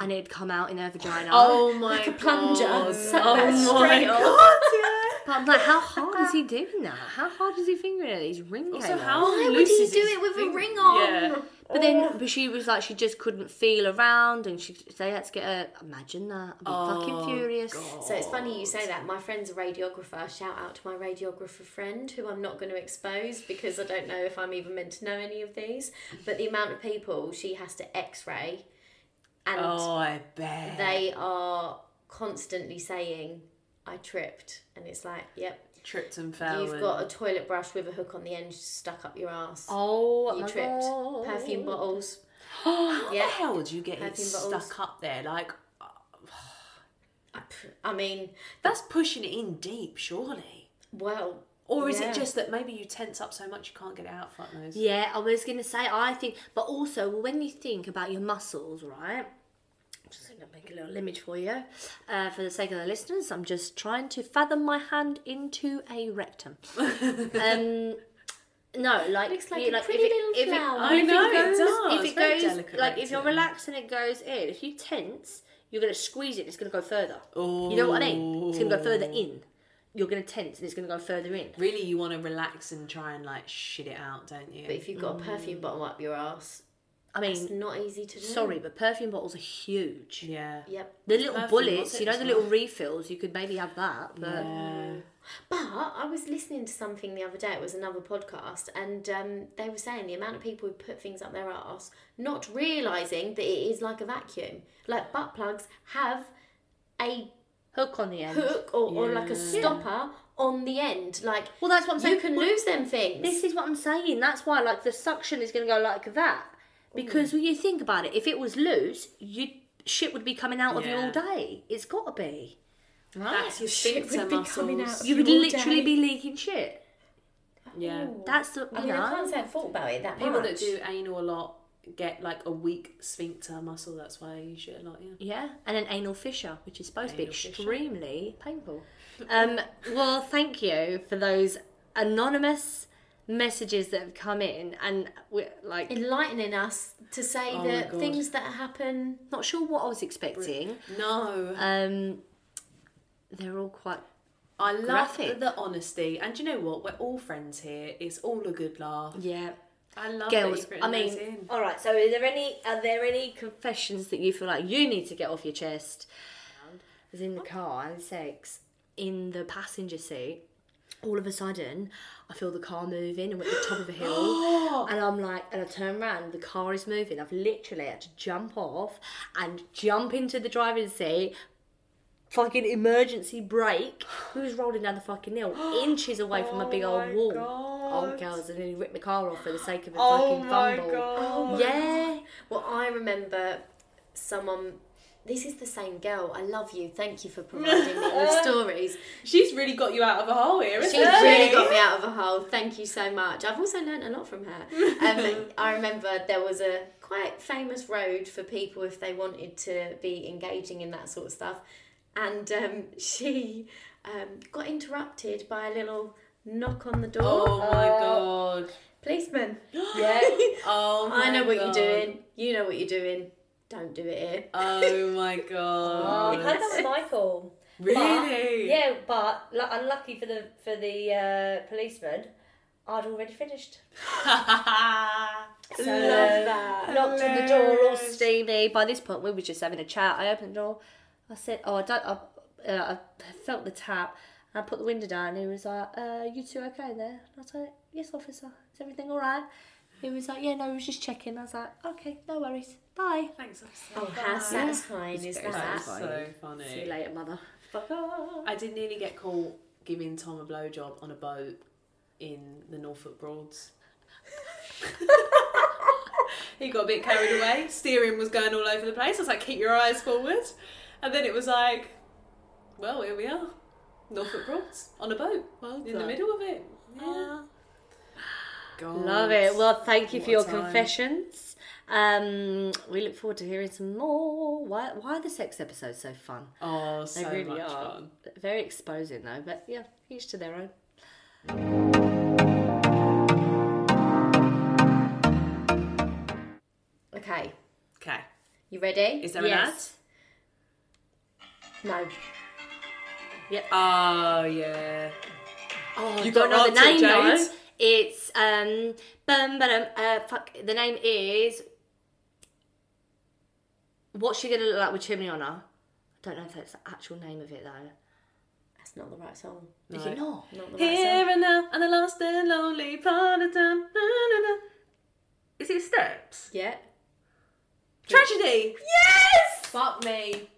[SPEAKER 3] and it had come out in their vagina.
[SPEAKER 2] Oh my
[SPEAKER 1] Like a plunger.
[SPEAKER 2] God.
[SPEAKER 1] Suck
[SPEAKER 2] oh
[SPEAKER 1] that
[SPEAKER 2] my
[SPEAKER 1] straight
[SPEAKER 2] God,
[SPEAKER 1] off.
[SPEAKER 2] yeah.
[SPEAKER 3] But I'm like, how hard is he doing that? How hard is he fingering it? His ring
[SPEAKER 2] Also,
[SPEAKER 3] came
[SPEAKER 2] how
[SPEAKER 3] out.
[SPEAKER 1] Why would
[SPEAKER 2] loose
[SPEAKER 1] he
[SPEAKER 2] is
[SPEAKER 1] do
[SPEAKER 2] his
[SPEAKER 1] it with a
[SPEAKER 2] finger?
[SPEAKER 1] ring on?
[SPEAKER 2] Yeah.
[SPEAKER 3] But then, but she was like, she just couldn't feel around, and she they had to get a. Imagine that! I'd be fucking furious.
[SPEAKER 2] Oh.
[SPEAKER 1] So it's funny you say that. My friend's a radiographer. Shout out to my radiographer friend, who I'm not going to expose because I don't know if I'm even meant to know any of these. But the amount of people she has to x ray, and
[SPEAKER 2] Oh, I bet.
[SPEAKER 1] they are constantly saying, I tripped. And it's like, yep,
[SPEAKER 2] tripped and fell.
[SPEAKER 1] you've
[SPEAKER 2] and-
[SPEAKER 1] got a toilet brush with a hook on the end stuck up your ass.
[SPEAKER 3] Oh,
[SPEAKER 1] you
[SPEAKER 3] my
[SPEAKER 1] tripped.
[SPEAKER 3] God.
[SPEAKER 1] Perfume bottles.
[SPEAKER 2] How
[SPEAKER 1] yeah.
[SPEAKER 2] the hell do you get it
[SPEAKER 1] Perfume bottles.
[SPEAKER 2] stuck up there? Like,
[SPEAKER 1] I pr- I mean,
[SPEAKER 2] that's pushing it in deep, surely.
[SPEAKER 1] well,
[SPEAKER 2] Or is
[SPEAKER 1] Yeah.
[SPEAKER 2] it just that maybe you tense up so much you can't get it out? Fuck knows.
[SPEAKER 3] Yeah, I was gonna say I think, but also when you think about your muscles, right? I'm just gonna make a little image for you, uh, for the sake of the listeners. I'm just trying to fathom my hand into a rectum. um, no, like
[SPEAKER 1] Looks like
[SPEAKER 3] you-
[SPEAKER 1] a pretty
[SPEAKER 3] it-
[SPEAKER 1] little
[SPEAKER 3] if it-
[SPEAKER 1] flower.
[SPEAKER 3] if
[SPEAKER 1] I
[SPEAKER 2] know, it
[SPEAKER 3] goes,
[SPEAKER 2] does.
[SPEAKER 3] If it
[SPEAKER 2] Very
[SPEAKER 3] goes,
[SPEAKER 2] delicate
[SPEAKER 3] like if you're
[SPEAKER 2] rectum.
[SPEAKER 3] relaxed and it goes in, if you tense, you're gonna squeeze it. It's gonna go further. You know what I mean? It's gonna go further in. You're gonna tense and it's gonna go further in.
[SPEAKER 2] Really, you want to relax and try and like shit it out, don't you?
[SPEAKER 1] but if you've got a perfume bottle up your ass,
[SPEAKER 3] I
[SPEAKER 1] It's
[SPEAKER 3] mean,
[SPEAKER 1] not easy to do.
[SPEAKER 3] sorry, but perfume bottles are huge.
[SPEAKER 2] Yeah.
[SPEAKER 1] Yep.
[SPEAKER 3] The little
[SPEAKER 2] Perfume
[SPEAKER 3] bullets, you know, the
[SPEAKER 2] bottles,
[SPEAKER 3] little refills. You could maybe have that, but
[SPEAKER 2] Yeah.
[SPEAKER 1] But I was listening to something the other day. It was another podcast, and um, they were saying the amount of people who put things up their arse, not realizing that it is like a vacuum. Like butt plugs have a
[SPEAKER 3] hook on the end.
[SPEAKER 1] hook or, or like a
[SPEAKER 2] Yeah.
[SPEAKER 1] stopper on the end. Like
[SPEAKER 3] Well, that's what I'm saying.
[SPEAKER 1] you can
[SPEAKER 3] Well,
[SPEAKER 1] lose them things.
[SPEAKER 3] This is what I'm saying. That's why, like, the suction is going to go like that because when you think about it, if it was loose, you shit would be coming out of you
[SPEAKER 2] Yeah.
[SPEAKER 3] all day. It's got to be.
[SPEAKER 2] That's your
[SPEAKER 1] Shit
[SPEAKER 2] sphincter
[SPEAKER 1] would be coming
[SPEAKER 2] muscles.
[SPEAKER 1] out.
[SPEAKER 3] You would
[SPEAKER 1] All
[SPEAKER 3] literally
[SPEAKER 1] day.
[SPEAKER 3] be leaking shit.
[SPEAKER 2] Yeah.
[SPEAKER 3] That's the
[SPEAKER 1] I
[SPEAKER 3] you
[SPEAKER 1] mean, I
[SPEAKER 3] know.
[SPEAKER 1] can't say I thought about it that
[SPEAKER 2] People
[SPEAKER 1] much.
[SPEAKER 2] that do anal a lot get like a weak sphincter muscle. That's why you shit a lot. Yeah.
[SPEAKER 3] Yeah, and an anal fissure, which is supposed to be
[SPEAKER 2] Anal fissure.
[SPEAKER 3] extremely painful. Um, well, thank you for those anonymous messages that have come in, and we're like
[SPEAKER 1] enlightening us to say
[SPEAKER 2] Oh my
[SPEAKER 1] that
[SPEAKER 2] God.
[SPEAKER 1] things that happen.
[SPEAKER 3] not sure what I was expecting.
[SPEAKER 2] No.
[SPEAKER 3] Um, they're all quite
[SPEAKER 2] I love
[SPEAKER 3] graphic.
[SPEAKER 2] the honesty. And do you know what? We're all friends here. It's all a good laugh.
[SPEAKER 3] yeah.
[SPEAKER 2] I love that
[SPEAKER 3] Girls,
[SPEAKER 2] you've written
[SPEAKER 3] I
[SPEAKER 2] those
[SPEAKER 3] mean,
[SPEAKER 2] in.
[SPEAKER 3] all right. So, are there any are there any confessions that you feel like you need to get off your chest? I was in the car and sex in the passenger seat. All of a sudden, I feel the car moving and we're at the top of a hill, and I'm like, and I turn around, the car is moving. I've literally had to jump off and jump into the driving seat. Fucking emergency brake. We was rolling down the fucking hill, inches away from a big
[SPEAKER 2] Oh
[SPEAKER 3] old
[SPEAKER 2] my
[SPEAKER 3] wall.
[SPEAKER 2] God.
[SPEAKER 3] Oh, girls, I nearly ripped my car off for the sake of a
[SPEAKER 2] Oh
[SPEAKER 3] fucking
[SPEAKER 2] my
[SPEAKER 3] fumble.
[SPEAKER 2] God.
[SPEAKER 3] Yeah.
[SPEAKER 1] Well, I remember someone. This is the same girl. I love you. Thank you for providing me with stories.
[SPEAKER 2] She's really got you out of a hole here, isn't
[SPEAKER 1] She
[SPEAKER 2] she?
[SPEAKER 1] really got me out of a hole. Thank you so much. I've also learnt a lot from her. Um, I remember there was a quite famous road for people if they wanted to be engaging in that sort of stuff. And um, she um, got interrupted by a little knock on the door.
[SPEAKER 2] Oh my god.
[SPEAKER 1] Policeman.
[SPEAKER 3] Yeah.
[SPEAKER 2] Oh my
[SPEAKER 1] I know what
[SPEAKER 2] God.
[SPEAKER 1] you're doing. You know what you're doing. Don't do it here.
[SPEAKER 2] Oh my
[SPEAKER 3] Oh,
[SPEAKER 2] god.
[SPEAKER 3] had that with Michael.
[SPEAKER 2] really?
[SPEAKER 3] Yeah, but lu unlucky for the for the uh, policeman, I'd already finished.
[SPEAKER 2] Love
[SPEAKER 3] So,
[SPEAKER 2] that.
[SPEAKER 3] Knocked on the door, all
[SPEAKER 2] Hilarious.
[SPEAKER 3] steamy. By this point, we were just having a chat. I opened the door. I said, "Oh, I don't." I, uh, I felt the tap. And I put the window down. And he was like, uh, "You two okay there?" And I was like, "Yes, officer. Is everything all right?" He was like, "Yeah, no, we was just checking." I was like, "Okay, no worries. Bye."
[SPEAKER 2] Thanks, officer.
[SPEAKER 1] Oh,
[SPEAKER 2] Bye.
[SPEAKER 1] how satisfying is
[SPEAKER 3] very
[SPEAKER 1] that?
[SPEAKER 2] That's so funny.
[SPEAKER 3] See you later, mother. Fuck off.
[SPEAKER 2] I did nearly get caught giving Tom a blowjob on a boat in the Norfolk Broads. he got a bit carried away. Steering was going all over the place. I was like, keep your eyes forward. And then it was like, well, here we are. Norfolk Broads on a boat
[SPEAKER 3] Well
[SPEAKER 2] in the
[SPEAKER 3] done.
[SPEAKER 2] middle of it. Yeah. God.
[SPEAKER 3] Love it. Well, thank you
[SPEAKER 2] What
[SPEAKER 3] for
[SPEAKER 2] a
[SPEAKER 3] your
[SPEAKER 2] time.
[SPEAKER 3] confessions. Um, we look forward to hearing some more. Why, why are the sex episodes so fun?
[SPEAKER 2] Oh, so
[SPEAKER 3] They really
[SPEAKER 2] much
[SPEAKER 3] are.
[SPEAKER 2] fun.
[SPEAKER 3] Very exposing, though, but yeah, each to their own.
[SPEAKER 1] Okay,
[SPEAKER 2] Okay.
[SPEAKER 1] you ready?
[SPEAKER 2] Is there
[SPEAKER 3] Yes.
[SPEAKER 1] no.
[SPEAKER 2] an ad? Oh, yeah.
[SPEAKER 3] Oh,
[SPEAKER 2] You
[SPEAKER 3] you
[SPEAKER 2] got
[SPEAKER 3] don't know the
[SPEAKER 2] round
[SPEAKER 3] name,
[SPEAKER 2] to it,
[SPEAKER 3] though.
[SPEAKER 2] Jade.
[SPEAKER 3] It's, um, bum, ba-dum, uh, fuck, the name is. What's she gonna look like with chimney on her? I don't know if that's the actual name of it, though.
[SPEAKER 1] That's not the right song.
[SPEAKER 3] Is it not?
[SPEAKER 1] Not the right song.
[SPEAKER 2] Here and now, and the lost and lonely part of time. Na, na, na. Is it steps?
[SPEAKER 1] Yeah.
[SPEAKER 2] Tragedy.
[SPEAKER 3] Yes!
[SPEAKER 2] Fuck me.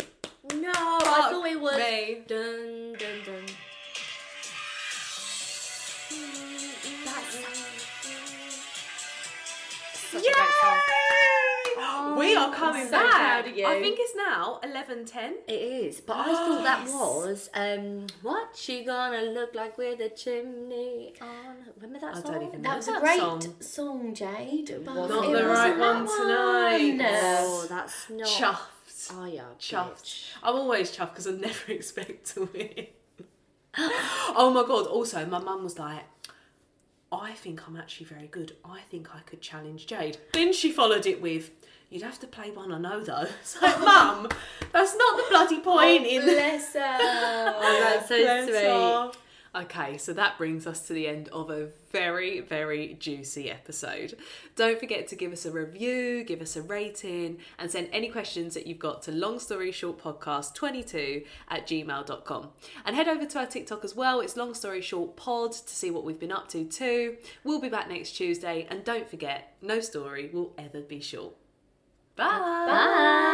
[SPEAKER 3] No,
[SPEAKER 2] Fuck
[SPEAKER 3] I thought it was.
[SPEAKER 2] me.
[SPEAKER 3] Dun, dun, dun. Such a great song.
[SPEAKER 2] we are coming
[SPEAKER 1] so
[SPEAKER 2] back.
[SPEAKER 1] proud of you.
[SPEAKER 2] I think it's now eleven ten.
[SPEAKER 3] It is, but I thought that
[SPEAKER 2] Ah, Yes.
[SPEAKER 3] was um, what she gonna look like with a chimney on. Remember that
[SPEAKER 2] I
[SPEAKER 3] song?
[SPEAKER 2] don't even know.
[SPEAKER 1] That was a
[SPEAKER 2] that
[SPEAKER 1] great
[SPEAKER 2] song?
[SPEAKER 1] song, Jade. but
[SPEAKER 3] wasn't.
[SPEAKER 2] Not
[SPEAKER 1] it
[SPEAKER 2] the right
[SPEAKER 1] wasn't that
[SPEAKER 2] one tonight.
[SPEAKER 3] Oh, that's not.
[SPEAKER 2] Chuffed.
[SPEAKER 3] Oh yeah,
[SPEAKER 2] Chuffed. I'm always chuffed because I never expect to win. oh my god! Also, my mum was like, "I think I'm actually very good. I think I could challenge Jade." Then she followed it with, "You'd have to play one I know though." It's like, mum, that's not the bloody point in.
[SPEAKER 1] Oh, Bless her.
[SPEAKER 3] Oh, that's so
[SPEAKER 2] Bless
[SPEAKER 3] sweet.
[SPEAKER 2] her. Okay, so that brings us to the end of a very, very juicy episode. Don't forget to give us a review, give us a rating, and send any questions that you've got to longstoryshortpodcast22 at gmail.com. And head over to our TikTok as well, it's Long Story Short Pod to see what we've been up to too. We'll be back next Tuesday, and don't forget, no story will ever be short. Bye!
[SPEAKER 3] Bye.